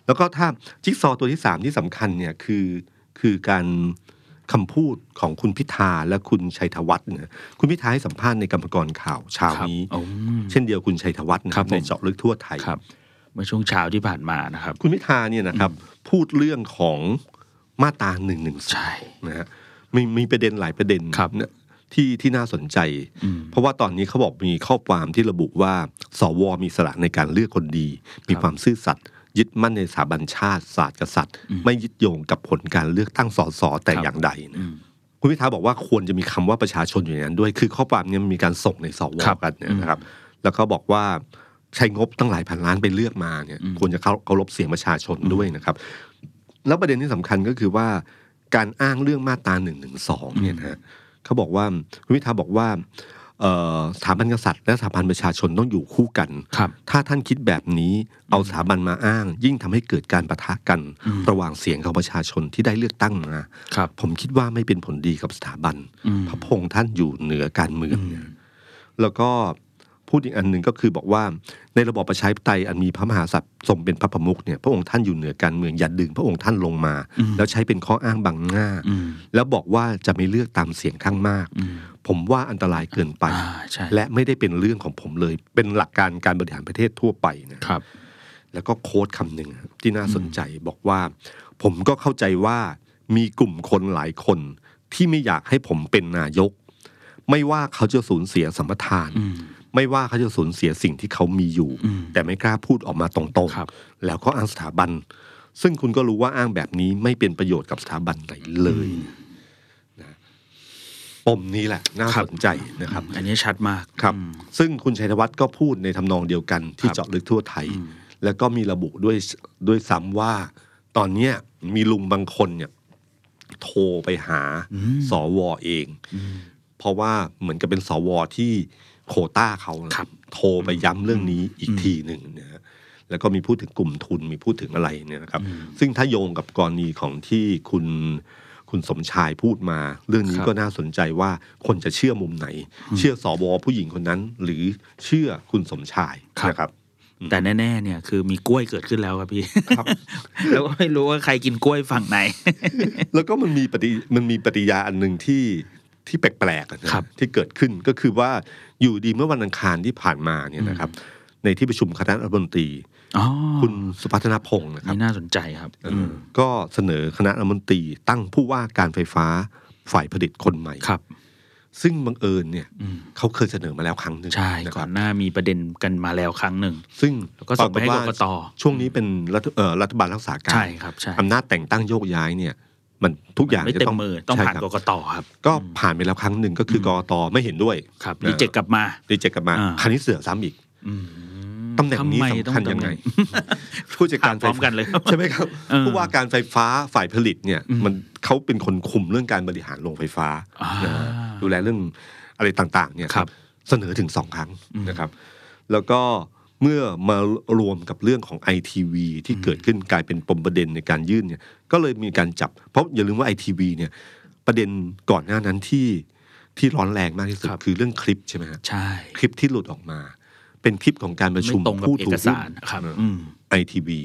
S2: แล้วก็ถ้าจิ๊กซอว์ตัวที่สามที่สำคัญเนี่ยคือคือการคำพูดของคุณพิธาและคุณชัยธวัฒน์นะคุณพิธาให้สัมภาษณ์ในกรรมกรข่าวเช้า
S3: ครับ
S2: นี้
S3: อืม
S2: เช่นเดียวคุณชัยธวัฒน์นะครับ
S3: ผม
S2: ในเจาะลึกทั่วไทย
S3: ครับ เมื่อช่วงเช้าที่ผ่านมานะครับ
S2: คุณพิธาเนี่ยนะครับพูดเรื่องของมาตราหนึ่งหนึ่ง
S3: ใช่
S2: นะฮะมีมีประเด็นหลายประเด็น
S3: ครับ
S2: นะที่ที่น่าสนใจ
S3: อืม
S2: เพราะว่าตอนนี้เขาบอกมีข้อความที่ระบุว่า สวมีสระในการเลือกคนดี มีความซื่อสัตย์ยึดมั่นในสถาบันชาติศาสตร์กษัตริย์ ไม่ยึดโยงกับผลการเลือกตั้งสสแต่
S3: ครับ
S2: อย่างใดนะ
S3: อืม
S2: คุณพิธาบอกว่าควรจะมีคำว่าประชาชนอยู่ในนั้นด้วย คือข้อความเนี้มีการส่งในสว
S3: ครับ
S2: กันเนี่ยนะครับ แล้วก็บอกว่าใช้งบตั้งหลายพันล้านไปเลือกมาเนี่ย
S3: อืม
S2: ควรจะเคาเคารพเสียงประชาชนด้วยนะครับ แล้วประเด็นที่สำคัญก็คือว่าการอ้างเรื่องมาตราหนึ่งหนึ่งสองเนี่ยนะฮะเขาบอกว่าคุณพิธาบอกว่าเอ่อสถาบันกษัตริย์และสถาบันประชาชนต้องอยู่คู่กัน
S3: ครับ
S2: ถ้าท่านคิดแบบนี้เอาสถาบันมาอ้าง ยิ่งทำให้เกิดการประทะกัน
S3: อืม
S2: ระหว่างเสียงของประชาชนที่ได้เลือกตั้งมา
S3: ครับ
S2: ผมคิดว่าไม่เป็นผลดีกับสถาบัน
S3: อืม
S2: พระพงษ์ท่านอยู่เหนือการเมืองเนี่ยแล้วก็พูดอีกอันหนึ่งก็คือบอกว่า ในระบอบประชาธิปไตยอันมีพระมหากษัตริย์ทรงเป็นพระประมุขเนี่ยพระองค์ท่านอยู่เหนือการเมืองอย่าดึงพระองค์ท่านลงมา
S3: อืม
S2: แล้วใช้เป็นข้ออ้างบังหน้า
S3: อืม
S2: แล้วบอกว่าจะไม่เลือกตามเสียงข้างมาก
S3: อืม
S2: ผมว่าอันตรายเกินไป
S3: อ่าใช่
S2: และไม่ได้เป็นเรื่องของผมเลย เป็นหลักการการบริหารประเทศทั่วไปนะ
S3: ครับ
S2: แล้วก็โค้ดคำหนึ่งครับที่น่าสนใจบอกว่า ผมก็เข้าใจว่ามีกลุ่มคนหลายคนที่ไม่อยากให้ผมเป็นนายก ไม่ว่าเขาจะสูญเสียสัมปทาน
S3: อืม
S2: ไม่ว่าเขาจะสูญเสียสิ่งที่เขามีอยู่
S3: อืม
S2: แต่ไม่กล้าพูดออกมาตรง
S3: ครับ
S2: ๆ แล้วก็อ้างสถาบัน ซึ่งคุณก็รู้ว่าอ้างแบบนี้ไม่เป็นประโยชน์กับสถาบันไหนเลยนะปมนี้แหละ น่าสนใจนะครับ
S3: อันนี้ชัดมาก
S2: ครับซึ่งคุณชัยธวัฒน์ก็พูดในทำนองเดียวกันที่
S3: ครับ
S2: เจาะลึกทั่วไทย แล้วก็มีระบุด้วยด้วยซ้ำว่า ตอนเนี้ยมีลุงบางคนเนี่ยโทรไปหา
S3: อืม
S2: สวเอง เพราะว่าเหมือนกับเป็นสวที่โควต้าเขานะครับ โทรไปย้ำเรื่องนี้อีกทีหนึ่งนะฮะแล้วก็มีพูดถึงกลุ่มทุนมีพูดถึงอะไรเนี่ยนะครับ ซึ่งถ้าโยงกับกรณีของที่คุณ คุณสมชายพูดมา เรื่องนี้
S3: ครับ
S2: ก็น่าสนใจว่าคนจะเชื่อมุมไหน เชื่อสวผู้หญิงคนนั้น หรือเชื่อคุณสมชาย
S3: ครับ
S2: นะครับ
S3: แต่แน่ๆเนี่ยคือมีกล้วยเกิดขึ้นแล้วครับ พี่
S2: ครับ
S3: แล้วก็ไม่รู้ว่าใครกินกล้วยฝั่งไหน
S2: แล้วก็มันมีปฏิมันมีปฏิยาอันหนึ่งที่ที่แปลกๆอะนะครับ ที่เกิดขึ้นก็คือว่าอยู่ดีเมื่อวันอังคารที่ผ่านมาเนี่ยนะครับ ในที่ประชุมคณะรัฐมนตรี
S3: อ๋อ
S2: คุณสุพัฒนพงศ์นะครับ
S3: นี่น่าสนใจครับ
S2: เออ
S3: อืม
S2: อก็เสนอคณะรัฐมนตรี ตั้งผู้ว่าการไฟฟ้าฝ่ายผลิตคนใหม่
S3: ครับ
S2: ซึ่งบังเอิญเนี่ย
S3: อืม
S2: เขาเคยเสนอมาแล้วครั้งหนึ่ง
S3: ใช่
S2: นะค
S3: ก่อ
S2: รับ
S3: นหน้ามีประเด็นกันมาแล้วครั้งหนึ่ง
S2: ซึ่ง
S3: แล้วก็ส่งไปให้
S2: ปราก ฏ
S3: ก
S2: ว่า
S3: ต
S2: ช่วงนี้เป็นรัฐเอ่อรัฐบาลรักษาการ
S3: ใช่ครับใช่
S2: อำนาจแต่งตั้งโยกย้ายเนี่ย มันทุกอย่าง
S3: ไม่
S2: จะ
S3: เต็
S2: ต้อ
S3: ม
S2: ง
S3: มือต้อง
S2: ใช่
S3: ผ่าน
S2: ครับ
S3: กกตครับ
S2: ก็ผ่านไปแล้วครั้งหนึ่งก็คือกอตไม่เห็นด้วย
S3: ครับ
S2: นะ
S3: รีเจ็คกลับมา
S2: รีเจ็คกลับมา
S3: อ่า
S2: ครั้งนี้เสือกซ้ำอีก
S3: อืม
S2: ตำแหน่งนี้
S3: ทำไมต้อ
S2: สำคัญยังไง
S3: ตำแหน่
S2: ผู้จัดการไฟ
S3: ถามพร้อมกันเลย
S2: ใช่ไหมครับ
S3: เออ
S2: ผู้ว่าการไฟฟ้าฝ่ายผลิตเนี่ย
S3: อืม
S2: มันเขาเป็นคนคุมเรื่องการบริหารโรงไฟฟ้า
S3: อ่า
S2: เออดูแลเรื่องอะไรต่างๆเนี่ย
S3: ครับ
S2: เสนอถึงสองครั้ง
S3: อืม
S2: นะครับ แล้วก็เมื่อมารวมกับเรื่องของไอทีวีที่เกิดขึ้นกลายเป็นปมประเด็นในการยื่นเนี่ยก็เลยมีการจับ เพราะอย่าลืมว่าไอทีวีเนี่ยประเด็นก่อนหน้านั้นที่ที่ร้อนแรงมากที่สุด
S3: ครับ
S2: คือเรื่องคลิปใช่ไหมฮะ
S3: ใช่
S2: คลิปที่หลุดออกมา เป็นคลิปของการประชุม
S3: ไม่ตรงกับ
S2: ผู้
S3: เอ
S2: ถื
S3: ก
S2: อหุ้
S3: สาร
S2: น
S3: นะครับ อืม
S2: ไอทีวี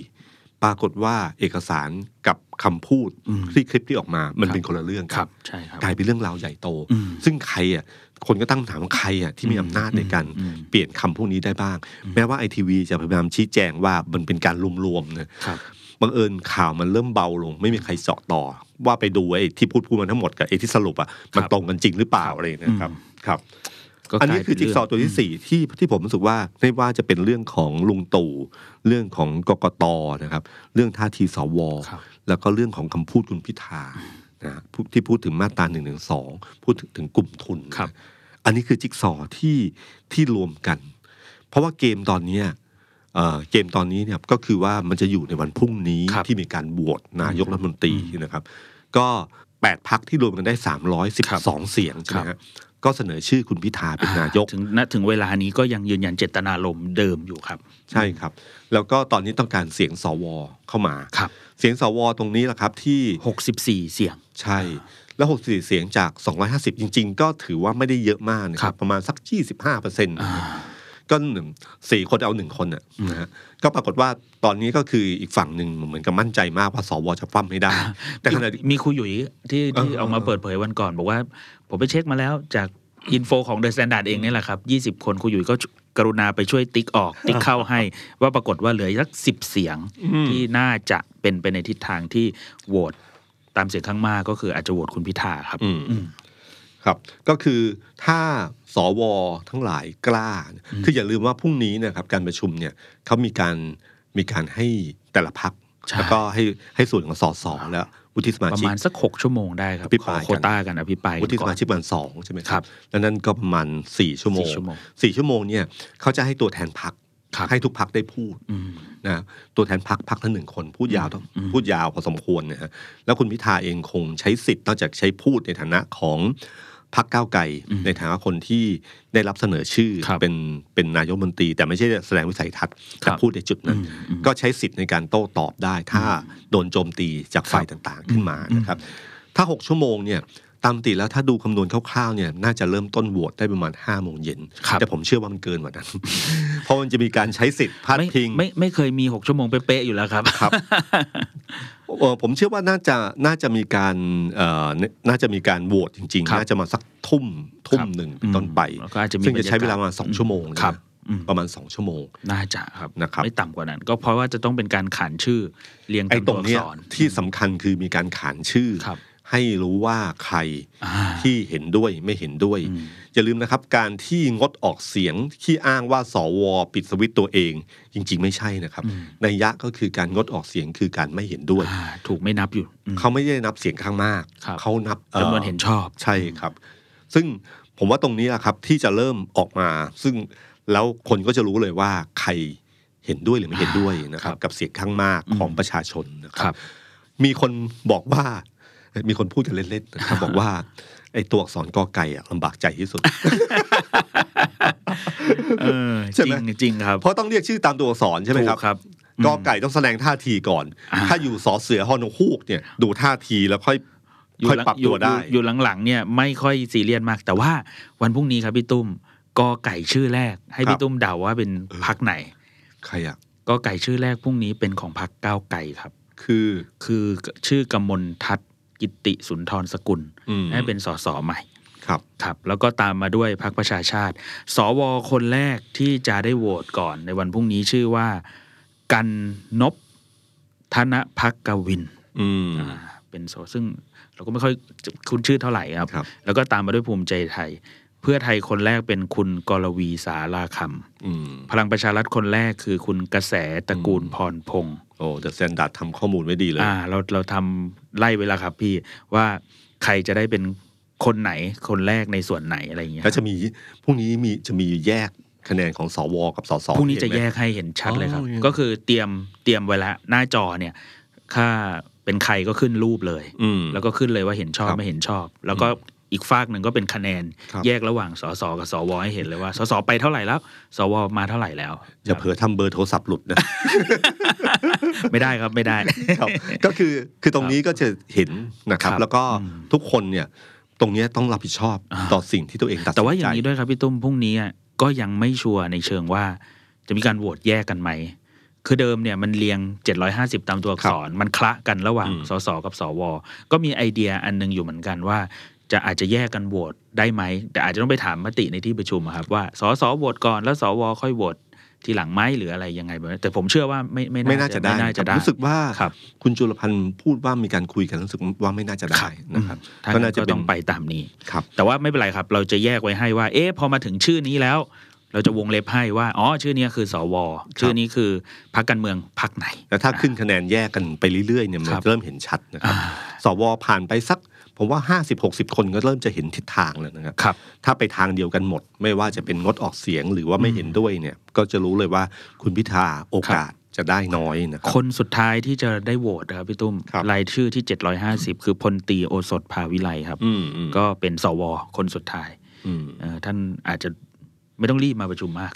S2: ปรากฏว่าเอกสารกับคำพูด
S3: อืม
S2: ที่คลิปที่ออกมา มัน
S3: ครับ
S2: เป็นคนละเรื่อง
S3: ค
S2: กั
S3: รั
S2: น
S3: บใช่ครับ
S2: กลายเป็นเรื่องราวใหญ่โต
S3: อืม
S2: ซึ่งใครอ่ะคนก็ตั้งคำถามว่าใครอ่ะที่มีอำนาจในการ
S3: อืม
S2: เปลี่ยนคำพวกนี้ได้บ้าง แม้ว่าไอทีวีจะพยายามชี้แจงว่ามันเป็นการรวมๆนะครับ บังเอิญข่าวมันเริ่มเบาลง ไม่มีใครเจาะต่อ ว่าไปดูไอ้ที่พูดพูดมาทั้งหมดกับไอ้ที่สรุปอ่ะมันตรงกันจริงหรือเปล่าอะไรนะครับครับ
S3: ก็
S2: อันนี้
S3: กลาย
S2: คือ
S3: เป็
S2: จิ๊กซอว์ตัวที่สี่ที่ที่ผมรู้สึกว่าไม่ว่าจะเป็นเรื่องของลุงตู่เรื่องของกกตนะครับ เรื่องท่าทีสว
S3: ครับ
S2: แล้วก็เรื่องของคำพูดคุณพิธานะฮะพูดที่พูดถึงมาตราหนึ่งหนึ่งสองพูดถึงถึงกลุ่มทุน
S3: ครับ
S2: อันนี้คือจิ๊กซอว์ที่ที่รวมกัน เพราะว่าเกมตอนเนี้ยเอ่อเกมตอนนี้เนี่ยก็คือว่ามันจะอยู่ในวันพรุ่งนี้
S3: ครับ
S2: ที่มีการบวชนายกรัฐมนตรีนะครับ ก็แปดพักที่รวมกันได้ 312 เสียงใช่ไหม
S3: ครั
S2: ฮะ
S3: บ
S2: ก็เสนอชื่อคุณพิธาเป็นนายก
S3: ถึงณถึงเวลานี้ก็ยังยืนยันเจตนารมณ์เดิมอยู่ครับ
S2: ใช่ครับ แล้วก็ตอนนี้ต้องการเสียงสวเข้ามา
S3: ครับ
S2: เสียงสวตรงนี้แหละครับที่
S3: หกสิบสี่เสียง
S2: ใช่แล้ว 64 เสียงจาก 250 จริง ๆ ก็ถือว่าไม่ได้เยอะมากนะค
S3: ครั
S2: รับบ ประมาณสัก 25เปอร์เซ็นต์ก็หนึ่งสี่คนเอาหนึ่งคนน่ะนะฮะก็ปรากฏว่าตอนนี้ก็คืออีกฝั่งหนึ่งเหมือนกับมั่นใจมากว่าสวจะฟั่มไม่ได้ แต่ขณะ
S3: มีครูหยุยที่
S2: เออ
S3: ที่
S2: เออ
S3: ออกมาเปิดเผยวันก่อน บอกว่า ผมไปเช็คมาแล้วจากอินโฟของเดอะสแตนดาร์ดเองนี่แหละครับ 20 คนครูหยุยก็กรุณาไปช่วยติ๊กออก ติ๊กเข้าให้ ว่าปรากฏว่าเหลือสักสิบเสียงที่น่าจะเป็นไปในทิศทางที่โหวตตามเสียงข้างมากก็คืออาจจะโหวตคุณพิธาครับ
S2: อืมครับ ก็คือถ้าสวทั้งหลายกล้า คืออย่าลืมว่าพรุ่งนี้นะครับ การประชุมเนี่ยเขามีการมีการให้แต่ละพัก
S3: ใช่
S2: แล้วก็ให้ให้ส่วนของสสแล้ววุฒิสมา
S3: ประ
S2: ชิก
S3: มาณสักหกชั่วโมงได้ครับ
S2: อภิป
S3: ข
S2: รา
S3: อ
S2: กัน
S3: ยโควต้ากันอภิปรายกัน
S2: วุฒิส
S3: ก่อ
S2: มาน ชิกวันสองใช่ไหมค
S3: ครั
S2: รับบ แล้วนั่นก็ประมาณสี่ชั่วโมง
S3: สี่ชั่วโมง
S2: สี่ชั่วโมงเนี่ยเขาจะให้ตัวแทนพัก
S3: ครับ
S2: ให้ทุกพักได้พูด
S3: อืม
S2: นะตัวแทนพักพักละหนึ่งคนพูดยาวต้องพูดยาวพอสมควรนะฮะแล้วคุณพิธาเองคงใช้สิทธิ์นอกจากใช้พูดในฐานะของพักก้าวไกลในฐานะคนที่ได้รับเสนอชื่อ
S3: ครับ
S2: เป็นเป็นนายกรัฐมนตรี แต่ไม่ใช่แสดงวิสัยทัศน์แต่
S3: ครับ
S2: พูดในจุดนั้น ก็ใช้สิทธิ์ในการโต้ตอบได้ ถ้าโดนโจมตีจากฝ่ายต่างๆ ขึ้นมานะครับ ถ้า 6 ชั่วโมงเนี่ยตามปกติแล้วถ้าดูคำนวณคร่าวๆเนี่ยน่าจะเริ่มต้นโหวตได้ประมาณ5้าโมงเย็น
S3: ครับ
S2: แต่ผมเชื่อว่ามันเกินกว่านั้น เพราะมันจะมีการใช้สิทธิ์พาด
S3: ไม่
S2: พิง
S3: ไม่ไม่เคยมีหกชั่วโมงเป๊ะๆอยู่แล้วครับ
S2: ครับ เอ่อผมเชื่อว่าน่าจะน่าจะมีการเอ่อน่าจะมีการโหวตจริง
S3: ค
S2: ๆ
S3: รับ
S2: น่าจะมาสักทุ่มทุ่ม
S3: ครับ
S2: หนึ่งเป็นต้นไป
S3: แล้วก็อาจจะมี
S2: ซึ่งจะใช้เวลาประมาณสองชั่วโมง
S3: ครับ
S2: นะ
S3: อืม
S2: ประมาณสองชั่วโมง
S3: น่าจะครับ
S2: นะครับ
S3: ไม่ต่ำกว่านั้น ก็เพราะว่าจะต้องเป็นการขานชื่อเรียง
S2: ไอ้
S3: ตาม
S2: ตร
S3: ตัว
S2: ง
S3: อัก
S2: เนี้
S3: ษ
S2: ย
S3: ร
S2: ที่สำคัญคือมีการขานชื่อ
S3: ครับ
S2: ให้รู้ว่าใคร
S3: อ่า
S2: ที่เห็นด้วยไม่เห็นด้วย อย่าลืมนะครับ การที่งดออกเสียงที่อ้างว่าสวปิดสวิตช์ตัวเอง จริง ๆ ไม่ใช่นะครับในยยะก็คือการงดออกเสียงคือการไม่เห็นด้วย
S3: อ่าถูกไม่นับอยู่อืม
S2: เขาไม่ได้นับเสียงข้างมาก
S3: ครับ
S2: เขานับอ่อ
S3: จำนวนเห็นชอบ
S2: ใช่ครับ ซึ่งผมว่าตรงนี้แหละครับที่จะเริ่มออกมา ซึ่งแล้วคนก็จะรู้เลยว่าใครเห็นด้วยหรือไม่เห็นด้วยนะครับ กับเสียงข้างมากของประชาชนนะค
S3: ครั
S2: รับ
S3: บ
S2: มีคนบอกว่าเอ้ยมีคนพูดกันเล่นๆนะครับ บอกว่าไอ้ตัวอักษรกอไก่อะลำบากใจที่สุด
S3: เออ
S2: ใช่
S3: จริ
S2: ไหม
S3: งจริงครับ
S2: เพราะต้องเรียกชื่อตามตัวอักษรใช่ไหมครับ
S3: ถูกครับ
S2: กอไก่ต้องแสดงท่าทีก่อน ถ้าอยู่สอเสือฮอนกฮูกเนี่ย ดูท่าทีแล้วค่อย
S3: อยู่
S2: ค่อย
S3: หลัง
S2: ปรับตัวได้
S3: อยู่อยู่หลังๆเนี่ยไม่ค่อยซีเรียสมาก แต่ว่าวันพรุ่งนี้ครับพี่ตุ้มกอไก่ชื่อแรก
S2: ค
S3: ให้
S2: รับ
S3: พี่ตุ้มเดาว่าเป็นพักไหน
S2: ใครอ่ะ
S3: กอไก่ชื่อแรกพรุ่งนี้เป็นของพักก้าวไก่ครับ
S2: คือ
S3: คือชื่อกมลทัศน์กิติสุนทรสกุล
S2: อืม
S3: ให้เป็นสสใหม่
S2: ครับ
S3: ครับแล้วก็ตามมาด้วยพรรคประชาชาติ สวคนแรกที่จะได้โหวตก่อนในวันพรุ่งนี้ชื่อว่า กันนบธนพักกวิน
S2: อืม
S3: อ่าเป็นโซซึ่งเราก็ไม่ค่อยคุ้นชื่อเท่าไหร่ครับ
S2: ครับ
S3: แล้วก็ตามมาด้วยภูมิใจไทย เพื่อไทยคนแรกเป็นคุณกรวีสาราค
S2: อืม
S3: ำพลังประชารัฐคนแรกคือคุณกระแสตระกูลพรพงษ์
S2: โอ้แต่แซนดัดทำข้อมูลไว้ดีเลย
S3: อ่าเราเราทำไล่เวแลาครับพี่ว่าใครจะได้เป็นคนไหนคนแรกในส่วนไหนอะไรอย่างเงี้ย
S2: แล้วจะมีพรุ่งนี้มีจะมีแยกคะแนนของสวกับสส
S3: พรุ่งนี้จะ
S2: เห็ไหม
S3: แยกให้เห็นชัดเลยครับ
S2: อ๋อยัง
S3: ก็คือเตรียมเตรียมไว้ละหน้าจอเนี่ยค่าเป็นใครก็ขึ้นรูปเลย
S2: อืม
S3: แล้วก็ขึ้นเลยว่าเห็นชอบ
S2: ครับ
S3: ไม่เห็นชอบ แล้วก็อีกฝากหนึ่งก็เป็นคะแนน
S2: ครับ
S3: แยกระหว่างสสกับสวให้เห็นเลยว่าสสไปเท่าไหร่แล้ว สวมาเท่าไหร่แล้ว
S2: อย่าเผลอทำเบอร์โทรศัพท์หลุดนะ
S3: ไม่ได้ ครับไม่ได้
S2: ครับก็คือคือตรงนี้ก็จะเห็นนะครับ
S3: ครับ
S2: แล้วก็ทุกคนเนี่ย ตรงเนี้ยต้องรับผิดชอบ
S3: อ่า
S2: ต่อสิ่งที่ตัวเองตัดสินใจ
S3: แต่ว่าอย่างนี้ด้วยครับพี่ตุ้มพรุ่งนี้อะก็ยังไม่ชัวร์ในเชิงว่าจะมีการโหวตแยกกันไหม คือเดิมเนี่ยมันเรียง 750 ตามตัวอักษร มันคละกันระหว่างสสกับสว ก็มีไอเดียอันหนึงอยู่เหมือนกันว่า จะอาจจะแยกกันโหวตได้ไหม แต่อาจจะต้องไปถามมติในที่ประชุมอะครับว่าสสโหวตก่อนแล้วสวค่อยโหวตทีหลังไหมหรืออะไรยังไงแบบนั้นแต่ผมเชื่อว่าไม่
S2: ไม่น่าจะได้
S3: ม่น่าจะได้
S2: รู้สึกว่า
S3: ครับ
S2: คุณจุลพันธ์พูดว่ามีการคุยกันรู้สึกว่าไม่น่าจะได้นะครับ
S3: ถ้า
S2: ก็
S3: งั้
S2: น่านจะ
S3: ก็
S2: เป็น
S3: ต้องไปตามนี้
S2: ครับ
S3: แต่ว่าไม่เป็นไรครับ เราจะแยกไว้ให้ว่า เอ๊ะพอมาถึงชื่อนี้แล้ว เราจะวงเล็บให้ว่า อ๋อ ชื่อนี้คือสว ชื่อนี้คือพรรคการเมืองพรรคไหน
S2: แล้วถ้าขึ้นคะแนนแยกกันไปเรื่อยๆเนี่ยมัน
S3: ครับ
S2: เริ่มเห็นชัดนะครับ
S3: อ่า
S2: สวผ่านไปสัก ผมว่า 50-60 คนก็เริ่มจะเห็นทิศทางแล้วนะครับ
S3: ครับ
S2: ถ้าไปทางเดียวกันหมด ไม่ว่าจะเป็นงดออกเสียงหรือว่าไม่เห็นด้วยเนี่ย ก็จะรู้เลยว่าคุณพิธาโอกาสจะได้น้อยนะครับ
S3: คนสุดท้ายที่จะได้โหวตนะครับพี่ตุ้ม
S2: ครับ
S3: รายชื่อที่ 750 คือพลตรีโอสถภาวิไลครับ
S2: อืมอืม
S3: ก็เป็นสว คนสุดท้าย
S2: อืม
S3: เอ่อท่านอาจจะไม่ต้องรีบมาประชุม มาก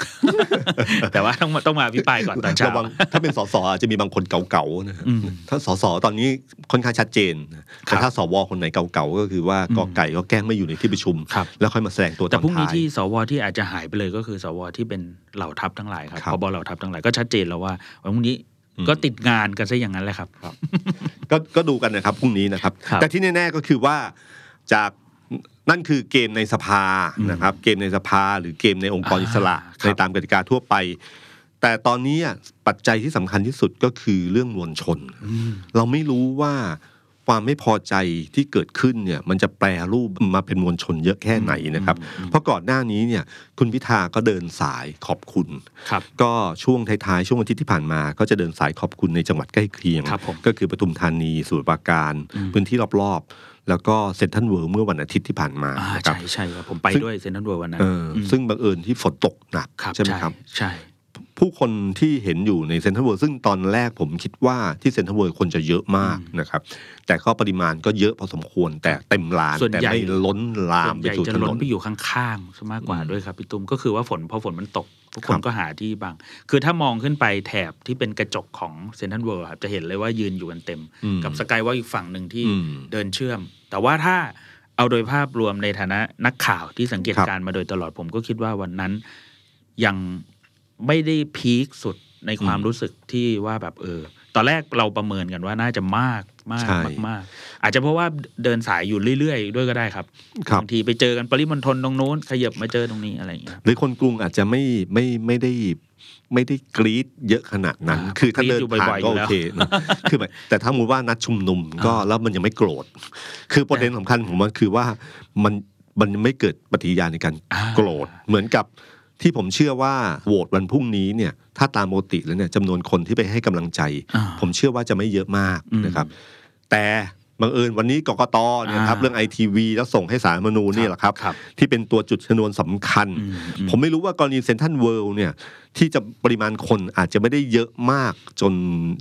S3: แต่ว่าต้องมาต้องมาพิปรายก่อนตอนเช้า
S2: ระวังถ้าเป็นสสอาจจะมีบางคนเก่าๆนะฮะ
S3: อืม
S2: ถ้าสสตอนนี้ค่อนข้างชัดเจนนะแต่ถ้าสวคนไหนเก่าๆก็คือว่ากอไก่ก็แกล้งไม่อยู่ในที่ประชุม
S3: ครับ
S2: แล้วค่อยมาแสดงตัวตอ
S3: แต่พรุ่งนี้
S2: าย
S3: ที่สวที่อาจจะหายไปเลยก็คือสวที่เป็นเหล่าทัพทั้งหลายครับ
S2: ครับ
S3: พบเหล่าทัพทั้งหลายก็ชัดเจนแล้วว่าวันพรุ่งนี้ก็ติดงานกันซะอย่างนั้นแหละครับ
S2: ครับ ก็ก็ดูกันนะครับพรุ่งนี้นะครับ
S3: ครับ
S2: แต่ที่แน่ๆก็คือว่าจากนั่นคือเกมในสภา
S3: อืม
S2: นะครับ เกมในสภาหรือเกมในองค์กร
S3: อ่า
S2: อิสระ
S3: ครับ
S2: ในตามกติกาทั่วไป แต่ตอนนี้ปัจจัยที่สำคัญที่สุดก็คือเรื่องมวลชน เราไม่รู้ว่าความไม่พอใจที่เกิดขึ้นเนี่ย มันจะแปลรูปมาเป็นมวลชนเยอะแค่ไหนนะครับ เพราะก่อนหน้านี้เนี่ย คุณพิธาก็เดินสายขอบคุณ
S3: ครับ
S2: ก็ช่วงท้ายๆช่วงอาทิตย์ที่ผ่านมา ก็จะเดินสายขอบคุณในจังหวัดใกล้เคียง
S3: ครับผม
S2: ก็คือปทุมธานีสมุทรปราการ พื้นที่รอบๆ แล้วก็เซ็นทรัลเวิร์เมื่อวันอาทิตย์ที่ผ่านมา
S3: อ่า
S2: นะครั
S3: ใช่
S2: บ
S3: ใช่ครับผมไป
S2: ซึ่ง
S3: ด้วยเซนทรัลเวิลด์วันนั้น
S2: เอออ
S3: ม
S2: ซึ่งบังเอิญที่ฝนตกหนัก
S3: ครับ
S2: ใช่ไหมครับ
S3: ใช่
S2: ผู้คนที่เห็นอยู่ในเซ็นทรัลเวิร์ซึ่งตอนแรกผมคิดว่าที่เซ็นทรัลเวิร์คนจะเยอะมากนะครับ แต่ก็ปริมาณก็เยอะพอสมควรแต่เต็มลาน
S3: ส่วน
S2: แต่
S3: ใหญ่
S2: ไม่ล้นลาม
S3: ส่วน
S2: ไป
S3: ใหญ่
S2: สู่
S3: จะ
S2: ถน
S3: ล้น
S2: น
S3: ไปอยู่ข้างๆซะมากกว่า
S2: อืม
S3: ด้วยครับพี่ตุ้มก็คือว่าฝนพอฝนมันตก ทุกค
S2: ครั
S3: น
S2: บ
S3: ก็หาที่บาง คือถ้ามองขึ้นไปแถบที่เป็นกระจกของเซนทรัลเวิลด์ครับจะเห็นเลยว่ายืนอยู่กันเต็ม
S2: อืม
S3: กับสกายวอล์กอีกฝั่งหนึ่งที่
S2: อืม
S3: เดินเชื่อม แต่ว่าถ้าเอาโดยภาพรวมในฐานะนักข่าวที่สังเกต
S2: ครับ
S3: การณ์มาโดยตลอดผมก็คิดว่าวันนั้น ยังไม่ได้พีคสุดในความรู้สึกที่ว่าแบบเออ ตอนแรกเราประเมินกันว่าน่าจะมากมาก
S2: ใช่
S3: มากมากอาจจะเพราะว่าเดินสายอยู่เรื่อยๆ ด้วยก็ได้ครับ
S2: ครับ
S3: งทีไปเจอกันปริมณฑลตรงนู้นขยับมาเจอตรงนี้อะไรอย่างเงี้ย
S2: หรือคนกรุงอาจจะไม่ไม่ไม่ได้ไม่ได้กรี๊ดเยอะขนาดนั้น
S3: อ่า
S2: คือถ้าเดิน
S3: กรี๊ดอยู่
S2: ผ่าน
S3: บ่อยๆ
S2: ก็
S3: อ
S2: โอ
S3: ยู่ แล้ว
S2: เคนะคือแบบแต่ถ้ามูว่านัดชุมนุมก็แล้วมันยังไม่โกรธ คือประเด็นสำคัญผมมันคือว่ามันมันยังไม่เกิดปฏิกิริยาในการ
S3: อ่า
S2: โกรธ เหมือนกับที่ผมเชื่อว่าโหวตวันพรุ่งนี้เนี่ยถ้าตามปกติแล้วเนี่ยจำนวนคนที่ไปให้กำลังใจ
S3: อ่า
S2: ผมเชื่อว่าจะไม่เยอะมาก
S3: อืม
S2: นะครับ แต่บังเอิญวันนี้กกตเนี่ยครับ
S3: อ่า
S2: เรื่องไอทีวีแล้วส่งให้สารรฐธรรมนูญนี่แหละครับ
S3: ครับ
S2: ที่เป็นตัวจุดชนวนสำคัญ
S3: อืมอืม
S2: ผมไม่รู้ว่ากรณีเซนทันเวิลด์เนี่ย ที่จะปริมาณคนอาจจะไม่ได้เยอะมากจน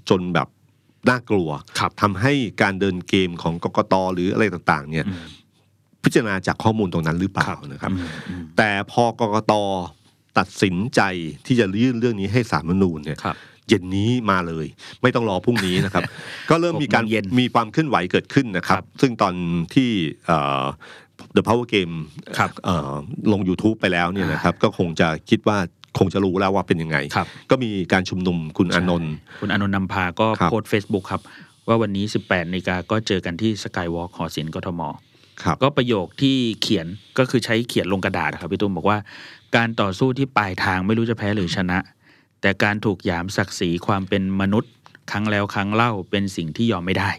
S2: จนแบบน่ากลัว
S3: ครับ
S2: ทำให้การเดินเกมของกกตหรืออะไรต่างๆ เนี่ย
S3: อืม
S2: พิจารณาจากข้อมูลตรงนั้นหรือเปล่า
S3: ครับ
S2: นะครับ
S3: อืมอืม
S2: แต่พอกกตตัดสินใจที่จะยื่นเรื่องนี้ให้สารรฐธรรมนูญเนี่ย
S3: ครับ
S2: เย็นนี้มาเลย ไม่ต้องรอพรุ่งนี้ นะครับ ก็เริ่มมีการ
S3: หกโมงเย็น
S2: มีความเคลื่อนไหวเกิดขึ้นนะครับ ซึ่งตอนที่เอ่อ The Power Game
S3: ครับ
S2: เอ่อลง YouTube ไปแล้วเนี่ยนะครับ ก็คงจะคิดว่าคงจะรู้แล้วว่าเป็นยังไง
S3: ครับ
S2: ก็มีการชุมนุมคุณอานนท์
S3: คุณอานนท์นำพาก็
S2: ครับ
S3: โพสต์ Facebook ครับ ว่าวันนี้ 18นาฬิกาก็เจอกันที่สกายวอล์กหอศิลป์กทม
S2: ครับ
S3: ก็ประโยคที่เขียนก็คือใช้เขียนลงกระดาษนะครับพี่ตุ้มบอกว่า การต่อสู้ที่ปลายทางไม่รู้จะแพ้หรือชนะ แต่การถูกหยามศักดิ์ศรีความเป็นมนุษย์ ครั้งแล้วครั้งเล่าเป็นสิ่งที่ยอมไม่ได้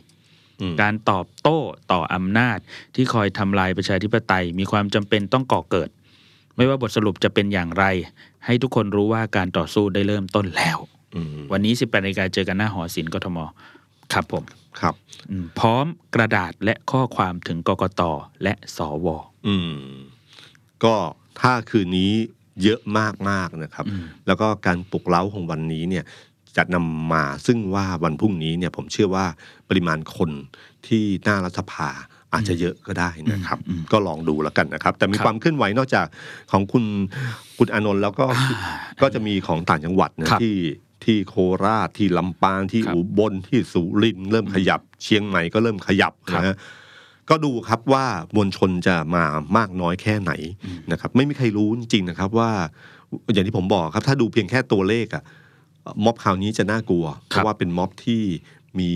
S2: อืม
S3: การตอบโต้ต่ออำนาจที่คอยทำลายประชาธิปไตย มีความจำเป็นต้องก่อเกิด ไม่ว่าบทสรุปจะเป็นอย่างไร ให้ทุกคนรู้ว่าการต่อสู้ได้เริ่มต้นแล้ว
S2: อืม
S3: วันนี้ 18นาฬิกาเจอกันหน้าหอศิลป์กทม ครับผม
S2: ครับ
S3: อืมพร้อมกระดาษและข้อความถึงกกตและสว
S2: อืมก็ถ้าคืนนี้เยอะมากมากๆนะครับ
S3: อืม
S2: แล้วก็การปลุกเร้าของวันนี้เนี่ยจะนำมาซึ่งว่าวันพรุ่งนี้เนี่ยผมเชื่อว่าปริมาณคนที่หน้ารัฐสภาอาจจะเยอะก็ได้นะครับ ก็ลองดูแล้วกันนะครับ แต่มีความเคลื่อนไหวนอกจากของคุณคุณอานนท์แล้วก็ก็จะมีของต่างจังหวัดนะครับ ที่ที่โคราชที่ลำปางที่
S3: ครับ
S2: อุบลที่สุรินทร์เริ่มขยับ เชียงใหม่ก็เริ่มขยับ
S3: ครับ
S2: นะฮะ ก็ดูครับว่ามวลชนจะมามากน้อยแค่ไหนนะครับ ไม่มีใครรู้จริงๆนะครับว่า อย่างที่ผมบอกครับ ถ้าดูเพียงแค่ตัวเลขอะม็อบคราวนี้จะน่ากลัว เพ
S3: ครับ
S2: ราะว่าเป็นม็อบที่มี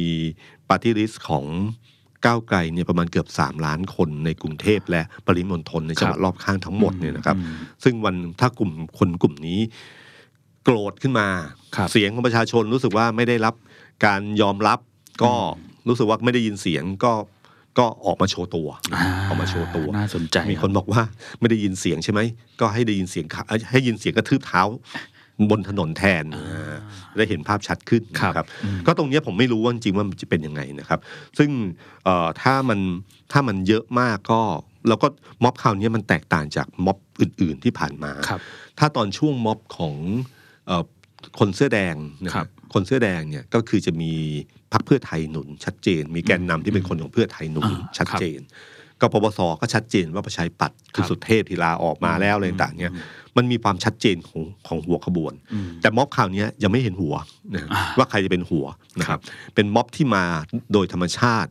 S2: ปาร์ตี้ลิสต์ของก้าวไกลเนี่ยประมาณเกือบ 3 ล้านคนในกรุงเทพและปริมณฑลในจังหวัดรอบข้างทั้งหมดเนี่ยนะครับ ซึ่งวันถ้ากลุ่มคนกลุ่มนี้โกรธขึ้นมา
S3: ครับ
S2: เสียงของประชาชนรู้สึกว่าไม่ได้รับการยอมรับ ก็รู้สึกว่าไม่ได้ยินเสียงก็ก็ออกมาโชว์ตัว
S3: อ่า
S2: ออกมาโชว์ตัว
S3: น่าสนใจ
S2: มีคนบอกว่าไม่ได้ยินเสียงใช่ไหมก็ให้ได้ยินเสียงขาเอ้ยให้ยินเสียงกระทืบเท้าบนถนนแทนได้เห็นภาพชัดขึ้น
S3: ครับ
S2: นะครับ ก็ตรงเนี้ยผมไม่รู้ว่าจริงๆว่ามันจะเป็นยังไงนะครับ ซึ่งเอ่อถ้ามันถ้ามันเยอะมากก็แล้วก็ม็อบคราวเนี้ยมันแตกต่างจากม็อบอื่น ๆที่ผ่านมา
S3: ครับ
S2: ถ้าตอนช่วงม็อบของเออคนเสื้อแดงนะค
S3: ครั
S2: รับบ คนเสื้อแดงเนี่ยก็คือจะมีพักเพื่อไทยหนุน ชัดเจน มีแกนนำที่เป็นคนของเพื่อไทยหนุน
S3: อ่า
S2: ชัดเจน ก็ปปสก็ชัดเจนว่าประชาธิปัตย์คือ
S3: ครับ
S2: สุเทพธีลาออกมาแล้วอะไรต่างๆเนี่ยมันมีความชัดเจนของของหัวขบวน แต่ม็อบคราวเนี้ยยังไม่เห็นหัวนะครับว่าใครจะเป็นหัวนะครับเป็นม็อบที่มาโดยธรรมชาติ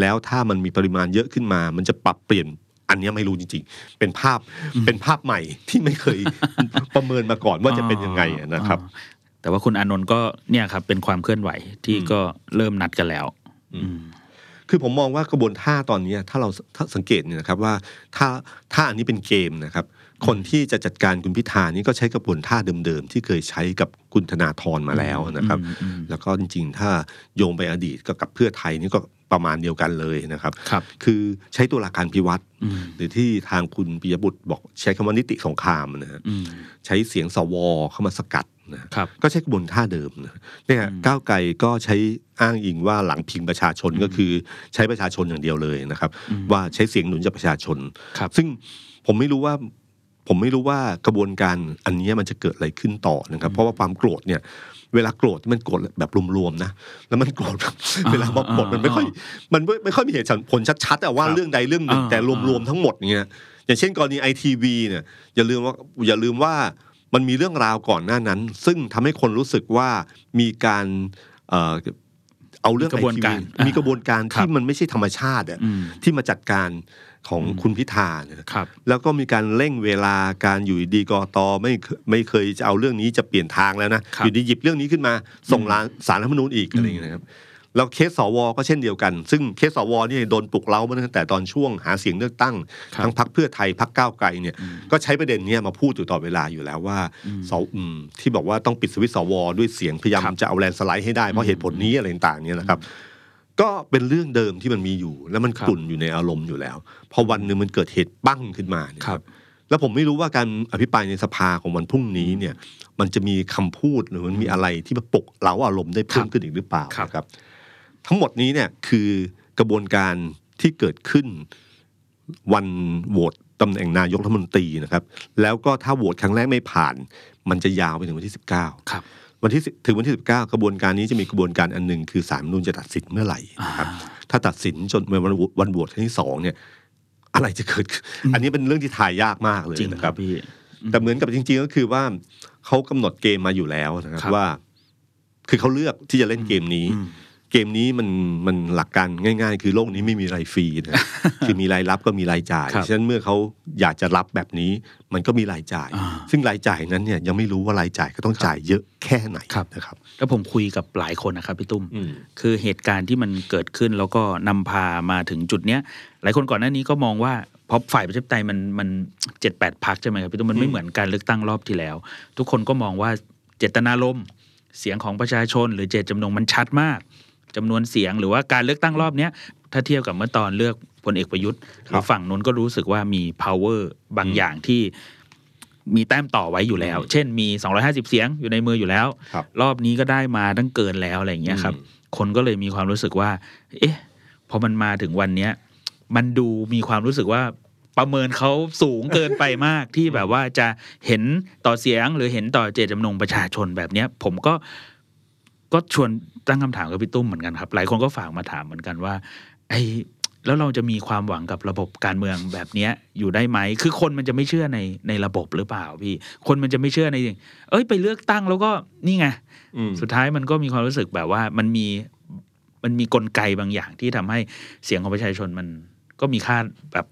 S2: แล้วถ้ามันมีปริมาณเยอะขึ้นมา มันจะปรับเปลี่ยนอันเนี้ยไม่รู้จริงๆ เป็นภาพเป็นภาพใหม่ที่ไม่เคย ประเมินมาก่อนว่าจะเป็นยังไงอะนะครับ
S3: อ่าแต่ว่าคุณอานนท์ก็เนี่ยครับเป็นความเคลื่อนไหวที่ก็เริ่มนัดกันแล้ว
S2: คือผมมองว่ากระบวนท่าตอนเนี้ยถ้าเราถ้าสังเกตเนี่ยนะครับว่าถ้าถ้าอันนี้เป็นเกมนะครับ คนที่จะจัดการคุณพิธานี่ก็ใช้กระบวนท่าเดิมๆ ที่เคยใช้กับคุณธนาธรมาแล้วนะครับ
S3: อืมอืม
S2: แล้วก็จริงๆ ถ้าโยงไปอดีตก็กับเพื่อไทยนี่ก็ประมาณเดียวกันเลยนะครับ
S3: ครับ
S2: คือใช้ตัวหลักการพิวัตร
S3: อืม
S2: หรือที่ทางคุณปิยบุตรบอกใช้คำว่านิติสงครามนะฮะ
S3: อืม
S2: ใช้เสียงสวเข้ามาสกัดนะฮะ
S3: ครับ
S2: ก็ใช้กระบวนท่าเดิมนะเนี่ยก้าวไกลก็ใช้อ้างอิงว่าหลังพิงประชาชนก็คือใช้ประชาชนอย่างเดียวเลยนะครับ ว่าใช้เสียงหนุนจากประชาชน
S3: ครับ
S2: ซึ่งผมไม่รู้ว่าผมไม่รู้ว่ากระบวนการอันเนี้ยมันจะเกิดอะไรขึ้นต่อนะครับ เพราะว่าความโกรธเนี่ย เวลาโกรธมันโกรธแบบรวมๆนะแล้วมันโกรธแบบ เวลาบอกโกรธมันไม่ค่อยมันไม่ไม่ค่อยมีเหตุผลชัดๆแต่ว่า
S3: ครับ
S2: เรื่องใดเรื่องหนึ่ง
S3: อ่า
S2: แต่รวมๆทั้งหมดเนี่ยอย่างเช่นกรณีไอทีวีเนี่ยอย่าลืมว่าอย่าลืมว่ามันมีเรื่องราวก่อนหน้านั้น ซึ่งทำให้คนรู้สึกว่ามีการเอ่อเอาเรื่อง
S3: มีกระบวนการ
S2: ITV มีกระบวนการที่มันไม่ใช่ธรรมชาติอะ
S3: อืม
S2: ที่มาจัดการของคุณพิธาเนี่ย
S3: ครับ
S2: แล้วก็มีการเร่งเวลาการอยู่ดีๆกอตอไม่เคไม่เคยจะเอาเรื่องนี้จะเปลี่ยนทางแล้วนะครับอยู่ดีหยิบเรื่องนี้ขึ้นมาส่งร้านสารรัฐธรรมนูญอีกอะไรอย่างเงี้ยนะครับแล้วเคสสวก็เช่นเดียวกัน ซึ่งเคสสวนี่โดนปลุกเร้ามาตั้งแต่ตอนช่วงหาเสียงเลือกตั้ง
S3: ครับ
S2: ทั้งพักเพื่อไทยพักก้าวไกลเนี่ยก็ใช้ประเด็นเนี้ยมาพูดอยู่ต่อดเวลาอยู่แล้วว่าสวอืมที่บอกว่าต้องปิดสวิตช์สวด้วยเสียงพยายาม
S3: ครับ
S2: จะเอาแลนด์สไลด์ให้ได้เพราะเหตุผลนี้อะไรต่างๆเนี่ยนะครับ ก็เป็นเรื่องเดิมที่มันมีอยู่ แล้วมัน
S3: ครับ
S2: กลุ่นอยู่ในอารมณ์อยู่แล้ว พอวันหนึ่งมันเกิดเหตุปั้งขึ้นมาเนี่ย
S3: ครับ
S2: แล้วผมไม่รู้ว่าการอภิปรายในสภาของวันพรุ่งนี้เนี่ย มันจะมีคำพูดหรือมันมีอะไรที่มาปลุกเร้าอารมณ์ได้เพิ่ม
S3: ครับ
S2: ขึ้นอีกหรือเปล่า
S3: ครับ
S2: นะครับ ทั้งหมดนี้เนี่ยคือกระบวนการที่เกิดขึ้นวันโหวตตำแหน่งนายกรัฐมนตรีนะครับ แล้วก็ถ้าโหวตครั้งแรกไม่ผ่าน มันจะยาวไปถึงวันที่ 19
S3: ครับ
S2: วันที่สิบถึงวันที่ 19 กระบวนการนี้จะมีกระบวนการอันหนึ่งคือสาลรฐธรรมนูญจะตัดสินเมื่อไหร่นะครับถ้าตัดสินจนวันวันโหวตครั้งที่สองเนี่ยอะไรจะเกิดขึ้นอันนี้เป็นเรื่องที่ทายยากมากเลย
S3: จริง
S2: นะ
S3: ค
S2: ค
S3: รั
S2: รั
S3: บบ พี่
S2: แต่เหมือนกับจริงๆก็คือว่าเขากำหนดเกมมาอยู่แล้วนะครับ
S3: ครับ
S2: ว่า คือเขาเลือกที่จะเล่นเกมนี้
S3: อืม
S2: เกมนี้มันมันหลักการง่าย ๆ คือโลกนี้ไม่มีรายฟรี นะ คือมีรายรับก็มีรายจ่าย
S3: ครับ
S2: ฉะนั้นเมื่อเขาอยากจะรับแบบนี้ มันก็มีรายจ่าย
S3: อ่า
S2: ซึ่งรายจ่ายนั้นเนี่ยยังไม่รู้ว่ารายจ่ายก็ต้องจ่ายเยอะแค่ไหน
S3: ครับ
S2: นะครับ
S3: แล้วผมคุยกับหลายคนนะครับพี่ตุ้ม
S2: อืม
S3: คือเหตุการณ์ที่มันเกิดขึ้นแล้วก็นำพามาถึงจุดเนี้ยหลายคนก่อนหน้านี้ก็มองว่าเพราะฝ่ายประชาธิปไตยมันมันเจ็ดแปดพักใช่ไหมครับพี่ตุ้มมัน
S2: อื
S3: ไม่
S2: ม
S3: เหมือนการเลือกตั้งรอบที่แล้ว ทุกคนก็มองว่าเจตนารมณ์เสียงของประชาชน หรือเจตจำนงมันชัดมากจำนวนเสียงหรือว่าการเลือกตั้งรอบเนี้ยถ้าเทียบกับเมื่อตอนเลือกพลเอกประยุทธ์ห
S2: ครั
S3: รือบ ฝั่งนู้นก็รู้สึกว่ามี power บางอย่างที่มีแต้มต่อไว้อยู่แล้ว เช่นมี 250 เสียงอยู่ในมืออยู่แล้ว
S2: ครับ
S3: รอบนี้ก็ได้มาตั้งเกินแล้วอะไรอย่างเงี้ยครับ
S2: อืม
S3: คนก็เลยมีความรู้สึกว่า เอ๊ะ พอมันมาถึงวันเนี้ย มันดูมีความรู้สึกว่าประเมินเขาสูงเกินไปมาก ที่แบบว่าจะเห็นต่อเสียงหรือเห็นต่อเจตจำนงประชาชนแบบเนี้ย ผมก็ก็ชวนตั้งคำถามกับพี่ตุ้มเหมือนกันครับ หลายคนก็ฝากมาถามเหมือนกันว่า ไอ้แล้วเราจะมีความหวังกับระบบการเมืองแบบเนี้ยอยู่ได้ไหม คือคนมันจะไม่เชื่อในในระบบหรือเปล่าพี่ คนมันจะไม่เชื่อในเอ้ยไปเลือกตั้งแล้วก็นี่ไง
S2: อืม
S3: สุดท้ายมันก็มีความรู้สึกแบบว่ามันมีมันมีกลไกบางอย่างที่ทำให้เสียงของประชาชนมันก็มีค่าแบบ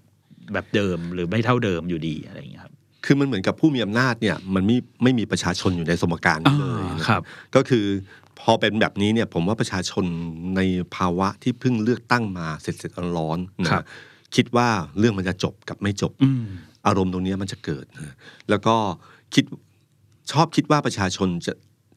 S3: แบบเดิมหรือไม่เท่าเดิมอยู่ดีอะไรอย่างเงี้ยครับ
S2: คือมันเหมือนกับผู้มีอำนาจเนี่ยมันไม่ไม่มีประชาชนอยู่ในสมการนี้เลยนะ
S3: ครับ
S2: ก็คือพอเป็นแบบนี้เนี่ยผมว่าประชาชนในภาวะที่เพิ่งเลือกตั้งมาเสร็จเสร็จร้อนๆนะครับ คิดว่าเรื่องมันจะจบกับไม่จบ
S3: อืม
S2: อารมณ์ตรงเนี้ยมันจะเกิดนะแล้วก็คิดชอบคิดว่าประชาชนจะ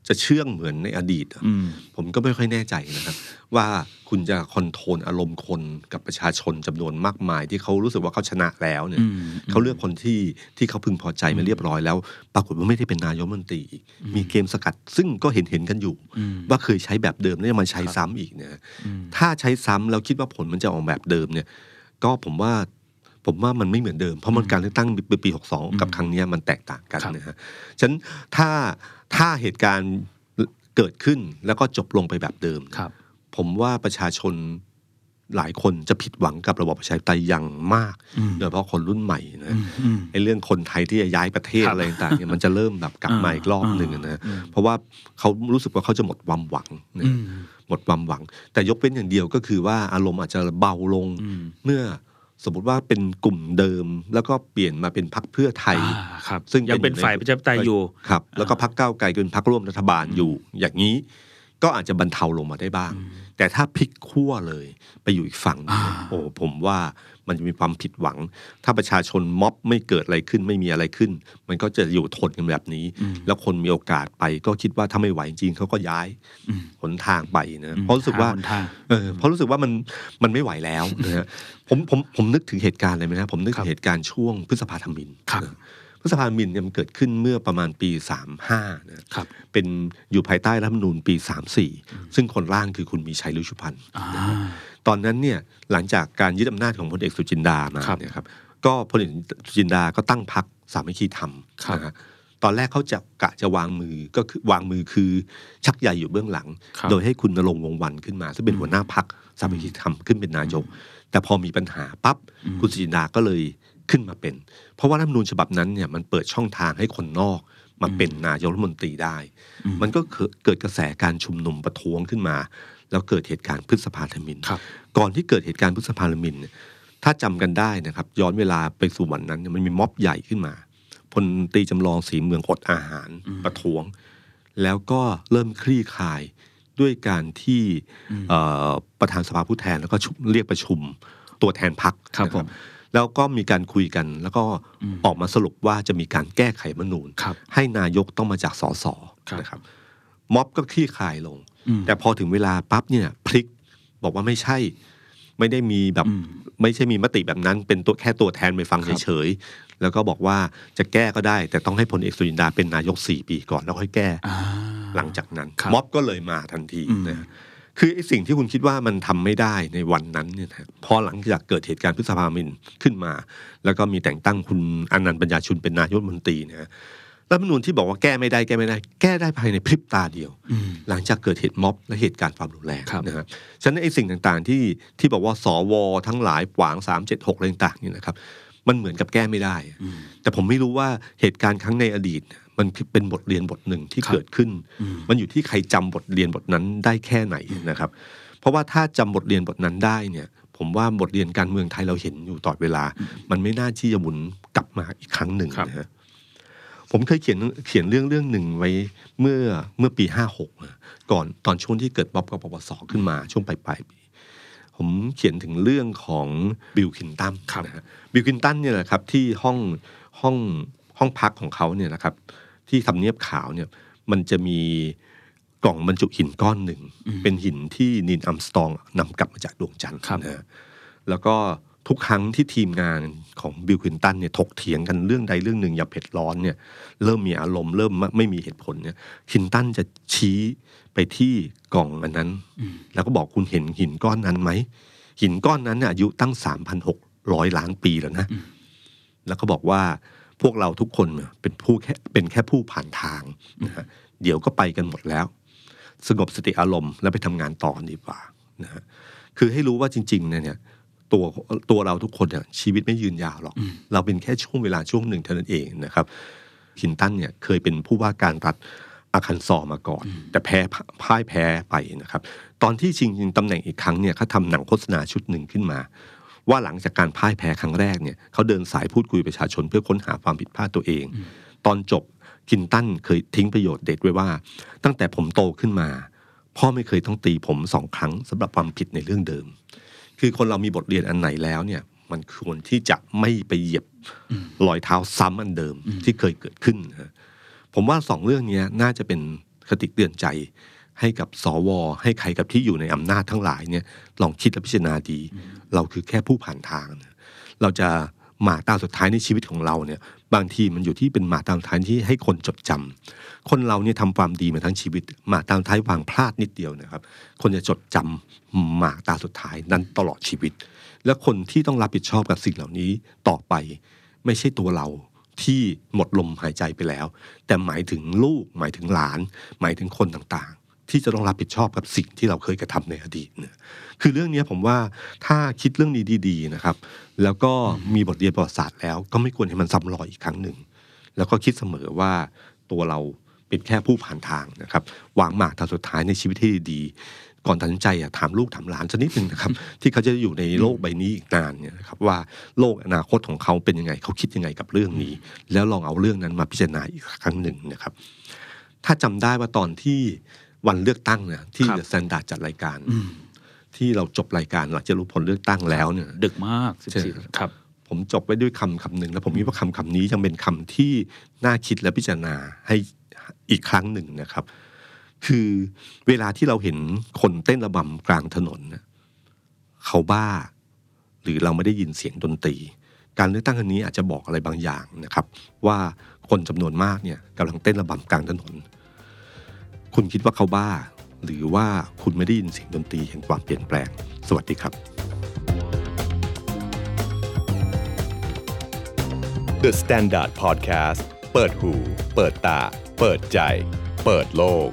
S2: จะเชื่องเหมือนในอดีตอะ
S3: อืม
S2: ผมก็ไม่ค่อยแน่ใจนะครับ ว่าคุณจะคอนโทรลอารมณ์คนกับประชาชนจำนวนมากมาย ที่เขารู้สึกว่าเขาชนะแล้วเนี่ย
S3: อืม
S2: เขาเลือกคนที่ที่เขาพึงพอใจมาเรียบร้อยแล้ว ปรากฏว่าไม่ได้เป็นนายกรัฐมนตรีอีกมีเกมสกัด ซึ่งก็เห็นเห็นกันอยู่
S3: อืม
S2: ว่าเคยใช้แบบเดิมแล้วยังมาใช้ซ้ำอีกนะ
S3: อืม
S2: ถ้าใช้ซ้ำแล้วคิดว่าผลมันจะออกแบบเดิมเนี่ย ก็ผมว่าผมว่ามันไม่เหมือนเดิม เพราะมันการเลือกตั้งปีปี62 กับครั้งเนี้ยมันแตกต่างกัน
S3: ครับ
S2: นะฮะฉะนั้นถ้าถ้าเหตุการณ์เกิดขึ้นแล้วก็จบลงไปแบบเดิม
S3: ครับ
S2: ผมว่าประชาชนหลายคนจะผิดหวังกับระบบประชาธิปไตยอย่างมาก
S3: อืม
S2: โดยเฉพาะคนรุ่นใหม่นะ
S3: อืมอืม
S2: ไอ้เรื่องคนไทยที่จะย้ายประเทศ
S3: ครับ
S2: อะไรต่างๆเนี่ยมันจะเริ่มแบบกลับมาอีกรอบหนึ่งนะ
S3: อืม
S2: เพราะว่าเขารู้สึกว่าเขาจะหมดความหวังนะ
S3: อืม
S2: หมดความหวัง แต่ยกเว้นอย่างเดียวก็คือว่าอารมณ์อาจจะเบาลง
S3: อืม
S2: เมื่อสมมติว่าเป็นกลุ่มเดิม แล้วก็เปลี่ยนมาเป็นพรรคเพื่อไทย
S3: อ่าครับ
S2: ซึ่ง
S3: ยังเป็น
S2: เป็น
S3: ฝ่ายประชาธิปไตยอยู่
S2: ครับแล้วก็พักก้าวไกลเป็นพักร่วมรัฐบาลอยู่ อย่างนี้ก็อาจจะบรรเทาลงมาได้บ้าง แต่ถ้าพลิกขั้วเลยไปอยู่อีกฝั่งหนึ่ง
S3: อ่า
S2: โอ้ผมว่ามันจะมีความผิดหวัง ถ้าประชาชนม็อบไม่เกิดอะไรขึ้นไม่มีอะไรขึ้น มันก็จะอยู่ทนกันแบบนี้ แล้วคนมีโอกาสไปก็คิดว่าถ้าไม่ไหวจริงเขาก็ย้ายหนทางไปนะเพราะรู้สึกว่า
S3: หนทาง
S2: เออเพราะรู้สึกว่ามันมันไม่ไหวแล้วนะฮะผมผมผมนึกถึงเหตุการณ์อะไรไหมนะผมนึก
S3: ครั
S2: ถึง
S3: บ
S2: เหตุการณ์ช่วงพฤษภาธมิน
S3: ครับ
S2: นะพฤษภาธมินเนี่ยมันเกิดขึ้นเมื่อประมาณปี 35นะครับ เป็นอยู่ภายใต้รัฐธรรมนูญปี 34 ซึ่งคนร่างคือคุณมีชัยรุชุพันธ์
S3: อ่า
S2: ตอนนั้นเนี่ยหลังจากการยึดอำนาจของพลเอกสุจินดามา
S3: ครับ
S2: เนี่ยครับก็พลเอกสุจินดาก็ตั้งพรรคสามัคคีธรรมนะฮะตอนแรกเขาจะกะจะวางมือก็คือวางมือคือชักใยอยู่เบื้องหลัง
S3: ครับ
S2: โดยให้คุณนรงค์วงศ์วันขึ้นมา ซึ่งเป็นหัวหน้าพักสามัคคีธรรมขึ้นเป็นนายก แต่พอมีปัญหาปั๊บคุณสุจินดาก็เลยขึ้นมาเป็น เพราะว่ารัฐธรรมนูญฉบับนั้นเนี่ยมันเปิดช่องทางให้คนนอกมาเป็นนายกรัฐมนตรีได้ มันก็เกิดกระแสการชุมนุมประท้วงขึ้นมา แล้วเกิดเหตุการณ์พฤษภาธมิน
S3: ครับ
S2: ก่อนที่เกิดเหตุการณ์พฤษภาธมินเนี่ยถ้าจำกันได้นะครับ ย้อนเวลาไปสู่วันนั้นเนี่ยมันมีม็อบใหญ่ขึ้นมาพลตรีจำลองสีเมืองอดอาหารประท้วง แล้วก็เริ่มคลี่คลายด้วยการที่เอ่อประธานสภาผู้แทนแล้วก็ชุมเรียกประชุมตัวแทนพัก
S3: ครับผม
S2: แล้วก็มีการคุยกันแล้วก็ออกมาสรุปว่าจะมีการแก้ไขรัฐธรรมนูญ
S3: ครับ
S2: ให้นายกต้องมาจากสส
S3: ครับ
S2: นะครับ ม็อบก็คลี่คลายลง
S3: อืม
S2: แต่พอถึงเวลาปั๊บเนี่ยพลิกบอกว่าไม่ใช่ ไม่ได้มีแบบ
S3: อืม
S2: ไม่ใช่มีมติแบบนั้น เป็นตัวแค่ตัวแทนไปฟัง
S3: ครับ
S2: เฉยๆแล้วก็บอกว่าจะแก้ก็ได้ แต่ต้องให้พลเอกสุรินดาเป็นนายกสี่ปีก่อนแล้วค่อยแก้
S3: อ่า
S2: หลังจากนั้น
S3: ครับ
S2: ม็อบก็เลยมาทันที
S3: อืม
S2: นะคือไอ้สิ่งที่คุณคิดว่ามันทำไม่ได้ในวันนั้นเนี่ยนะพอหลังจากเกิดเหตุการณ์พฤษภามินขึ้นมา แล้วก็มีแต่งตั้งคุณอนันต์ปัญญาชุนเป็นนายกรัฐมนตรีนะฮะรัฐธรรมนูญที่บอกว่าแก้ไม่ได้แก้ไม่ได้ แก้ได้ภายในพริบตาเดียว
S3: อืม
S2: หลังจากเกิดเหตุม็อบและเหตุการณ์ความรุนแรง
S3: ครับ
S2: นะครับฉะนั้นไอ้สิ่งต่างๆที่ที่บอกว่าสวทั้งหลายขวาง 3 7 6อะไรต่างๆเนี่ยนะครับ มันเหมือนกับแก้ไม่ได้อะแต่ผมไม่รู้ว่าเหตุการณ์ครั้งในอดีตเนี่ย มันเป็นบทเรียนบทหนึ่งที่
S3: ครับ
S2: เกิดขึ้น
S3: อืม
S2: มันอยู่ที่ใครจำบทเรียนบทนั้นได้แค่ไหนนะครับ เพราะว่าถ้าจำบทเรียนบทนั้นได้เนี่ย ผมว่าบทเรียนการเมืองไทยเราเห็นอยู่ตลอดเวลา มันไม่น่าที่จะหมุนกลับมาอีกครั้งหนึ่ง
S3: ครับ
S2: นะฮะผมเคยเขียนเขียนเรื่องเรื่องหนึ่งไว้เมื่อเมื่อปีห้าหกก่อนตอนช่วงที่เกิดบ๊อบกับปปสขึ้นมาช่วงปลายปลายๆปี ผมเขียนถึงเรื่องของบิลคินตัน
S3: ครับ
S2: นะฮะบิลคินตันเนี่ยแหละครับที่ห้องห้องห้องพักของเขาเนี่ยนะครับ ที่ทำเนียบขาวเนี่ยมันจะมีกล่องบรรจุหินก้อนหนึ่ง เป็นหินที่นินอัมสตรองนำกลับมาจากดวงจันทร์
S3: ครับ
S2: นะฮะแล้วก็ทุกครั้งที่ทีมงานของบิลคินตันเนี่ยถกเถียงกันเรื่องใดเรื่องหนึ่งอย่าเผ็ดร้อนเนี่ยเริ่มมีอารมณ์เริ่มไม่มีเหตุผลเนี่ยคินตันจะชี้ไปที่กล่องอันนั้น แล้วก็บอกคุณเห็นหินก้อนนั้นไหม หินก้อนนั้นน่ะอายุตั้ง 3,600 ล้านปีแล้วนะ แล้วก็บอกว่าพวกเราทุกคนเนี่ยเป็นผู้แค่เป็นแค่ผู้ผ่านทางนะฮะเดี๋ยวก็ไปกันหมดแล้ว สงบสติอารมณ์แล้วไปทำงานต่อดีกว่านะฮะคือให้รู้ว่าจริงๆเนี่ยเนี่ยตัวตัวเราทุกคนเนี่ยชีวิตไม่ยืนยาวหรอก เราเป็นแค่ช่วงเวลาช่วงหนึ่งเท่านั้นเองนะครับ ฮินตันเนี่ยเคยเป็นผู้ว่าการรัฐอาคันซอมาก่อน แต่แพ้พ่ายแพ้ไปนะครับ ตอนที่ชิงตำแหน่งอีกครั้งเนี่ยเขาทำหนังโฆษณาชุดหนึ่งขึ้นมา ว่าหลังจากการพ่ายแพ้ครั้งแรกเนี่ยเขาเดินสายพูดคุยประชาชนเพื่อค้นหาความผิดพลาดตัวเอง ตอนจบคินตันเคยทิ้งประโยชน์เด็ดไว้ว่า ตั้งแต่ผมโตขึ้นมา พ่อไม่เคยต้องตีผมสองครั้งสำหรับความผิดในเรื่องเดิม คือคนเรามีบทเรียนอันไหนแล้วเนี่ย มันควรที่จะไม่ไปเหยียบรอยเท้าซ้ำอันเดิมที่เคยเกิดขึ้นนะฮะผมว่าสองเรื่องเนี้ยน่าจะเป็นคติเตือนใจ ให้กับสวให้ใครกับที่อยู่ในอำนาจทั้งหลายเนี่ย ลองคิดและพิจารณาดี เราคือแค่ผู้ผ่านทางนะเราจะหมาตาสุดท้ายในชีวิตของเราเนี่ย บางทีมันอยู่ที่เป็นหมาตาสุดท้ายที่ให้คนจดจำคนเราเนี่ยทำความดีมาทั้งชีวิต หมาตาสุดท้ายวางพลาดนิดเดียวนะครับ คนจะจดจำหมาตาสุดท้ายนั้นตลอดชีวิต และคนที่ต้องรับผิดชอบกับสิ่งเหล่านี้ต่อไป ไม่ใช่ตัวเราที่หมดลมหายใจไปแล้ว แต่หมายถึงลูก หมายถึงหลาน หมายถึงคนต่างๆ ที่จะต้องรับผิดชอบกับสิ่งที่เราเคยกระทำในอดีตเนี่ยคือเรื่องเนี้ยผมว่าถ้าคิดเรื่องนี้ดีๆนะครับ แล้วก็มีบทเรียนประวัติศาสตร์แล้วก็ไม่ควรให้มันซ้ำรอยอีกครั้งหนึ่ง แล้วก็คิดเสมอว่าตัวเราเป็นแค่ผู้ผ่านทางนะครับวางหมากทางสุดท้ายในชีวิตที่ดี ก่อนตัดสินใจอะถามลูกถามหลานสักนิดหนึ่งนะครับ ที่เขาจะอยู่ในโลกใบนี้อีกนานเนี่ยนะครับว่าโลกอนาคตของเขาเป็นยังไง เขาคิดยังไงกับเรื่องนี้ แล้วลองเอาเรื่องนั้นมาพิจารณาอีกครั้งหนึ่งนะครับ ถ้าจำได้ว่าตอนที่วันเลือกตั้งเนี่ยที่
S3: ครับ
S2: เดอะแซนด์จัดรายการ ที่เราจบรายการหลังจากรู้ผลเลือกตั้งแล้วเนี่ย
S3: ดึกมากสิบ
S2: ใช่
S3: สี่ครับ
S2: ผมจบไว้ด้วยคำคำหนึ่งแล้วผมคิดว่าคำคำนี้ยังเป็นคำที่น่าคิดและพิจารณาให้อีกครั้งหนึ่งนะครับ คือเวลาที่เราเห็นคนเต้นระบำกลางถนนน่ะเขาบ้า หรือเราไม่ได้ยินเสียงดนตรี การเลือกตั้งครั้งนี้อาจจะบอกอะไรบางอย่างนะครับ ว่าคนจำนวนมากเนี่ยกำลังเต้นระบำกลางถนน คุณคิดว่าเขาบ้า หรือว่าคุณไม่ได้ยินเสียงดนตรีแห่งความเปลี่ยนแปลง สวัสดีครับ
S1: The Standard Podcast เปิดหูเปิดตา เปิดใจ เปิดโลก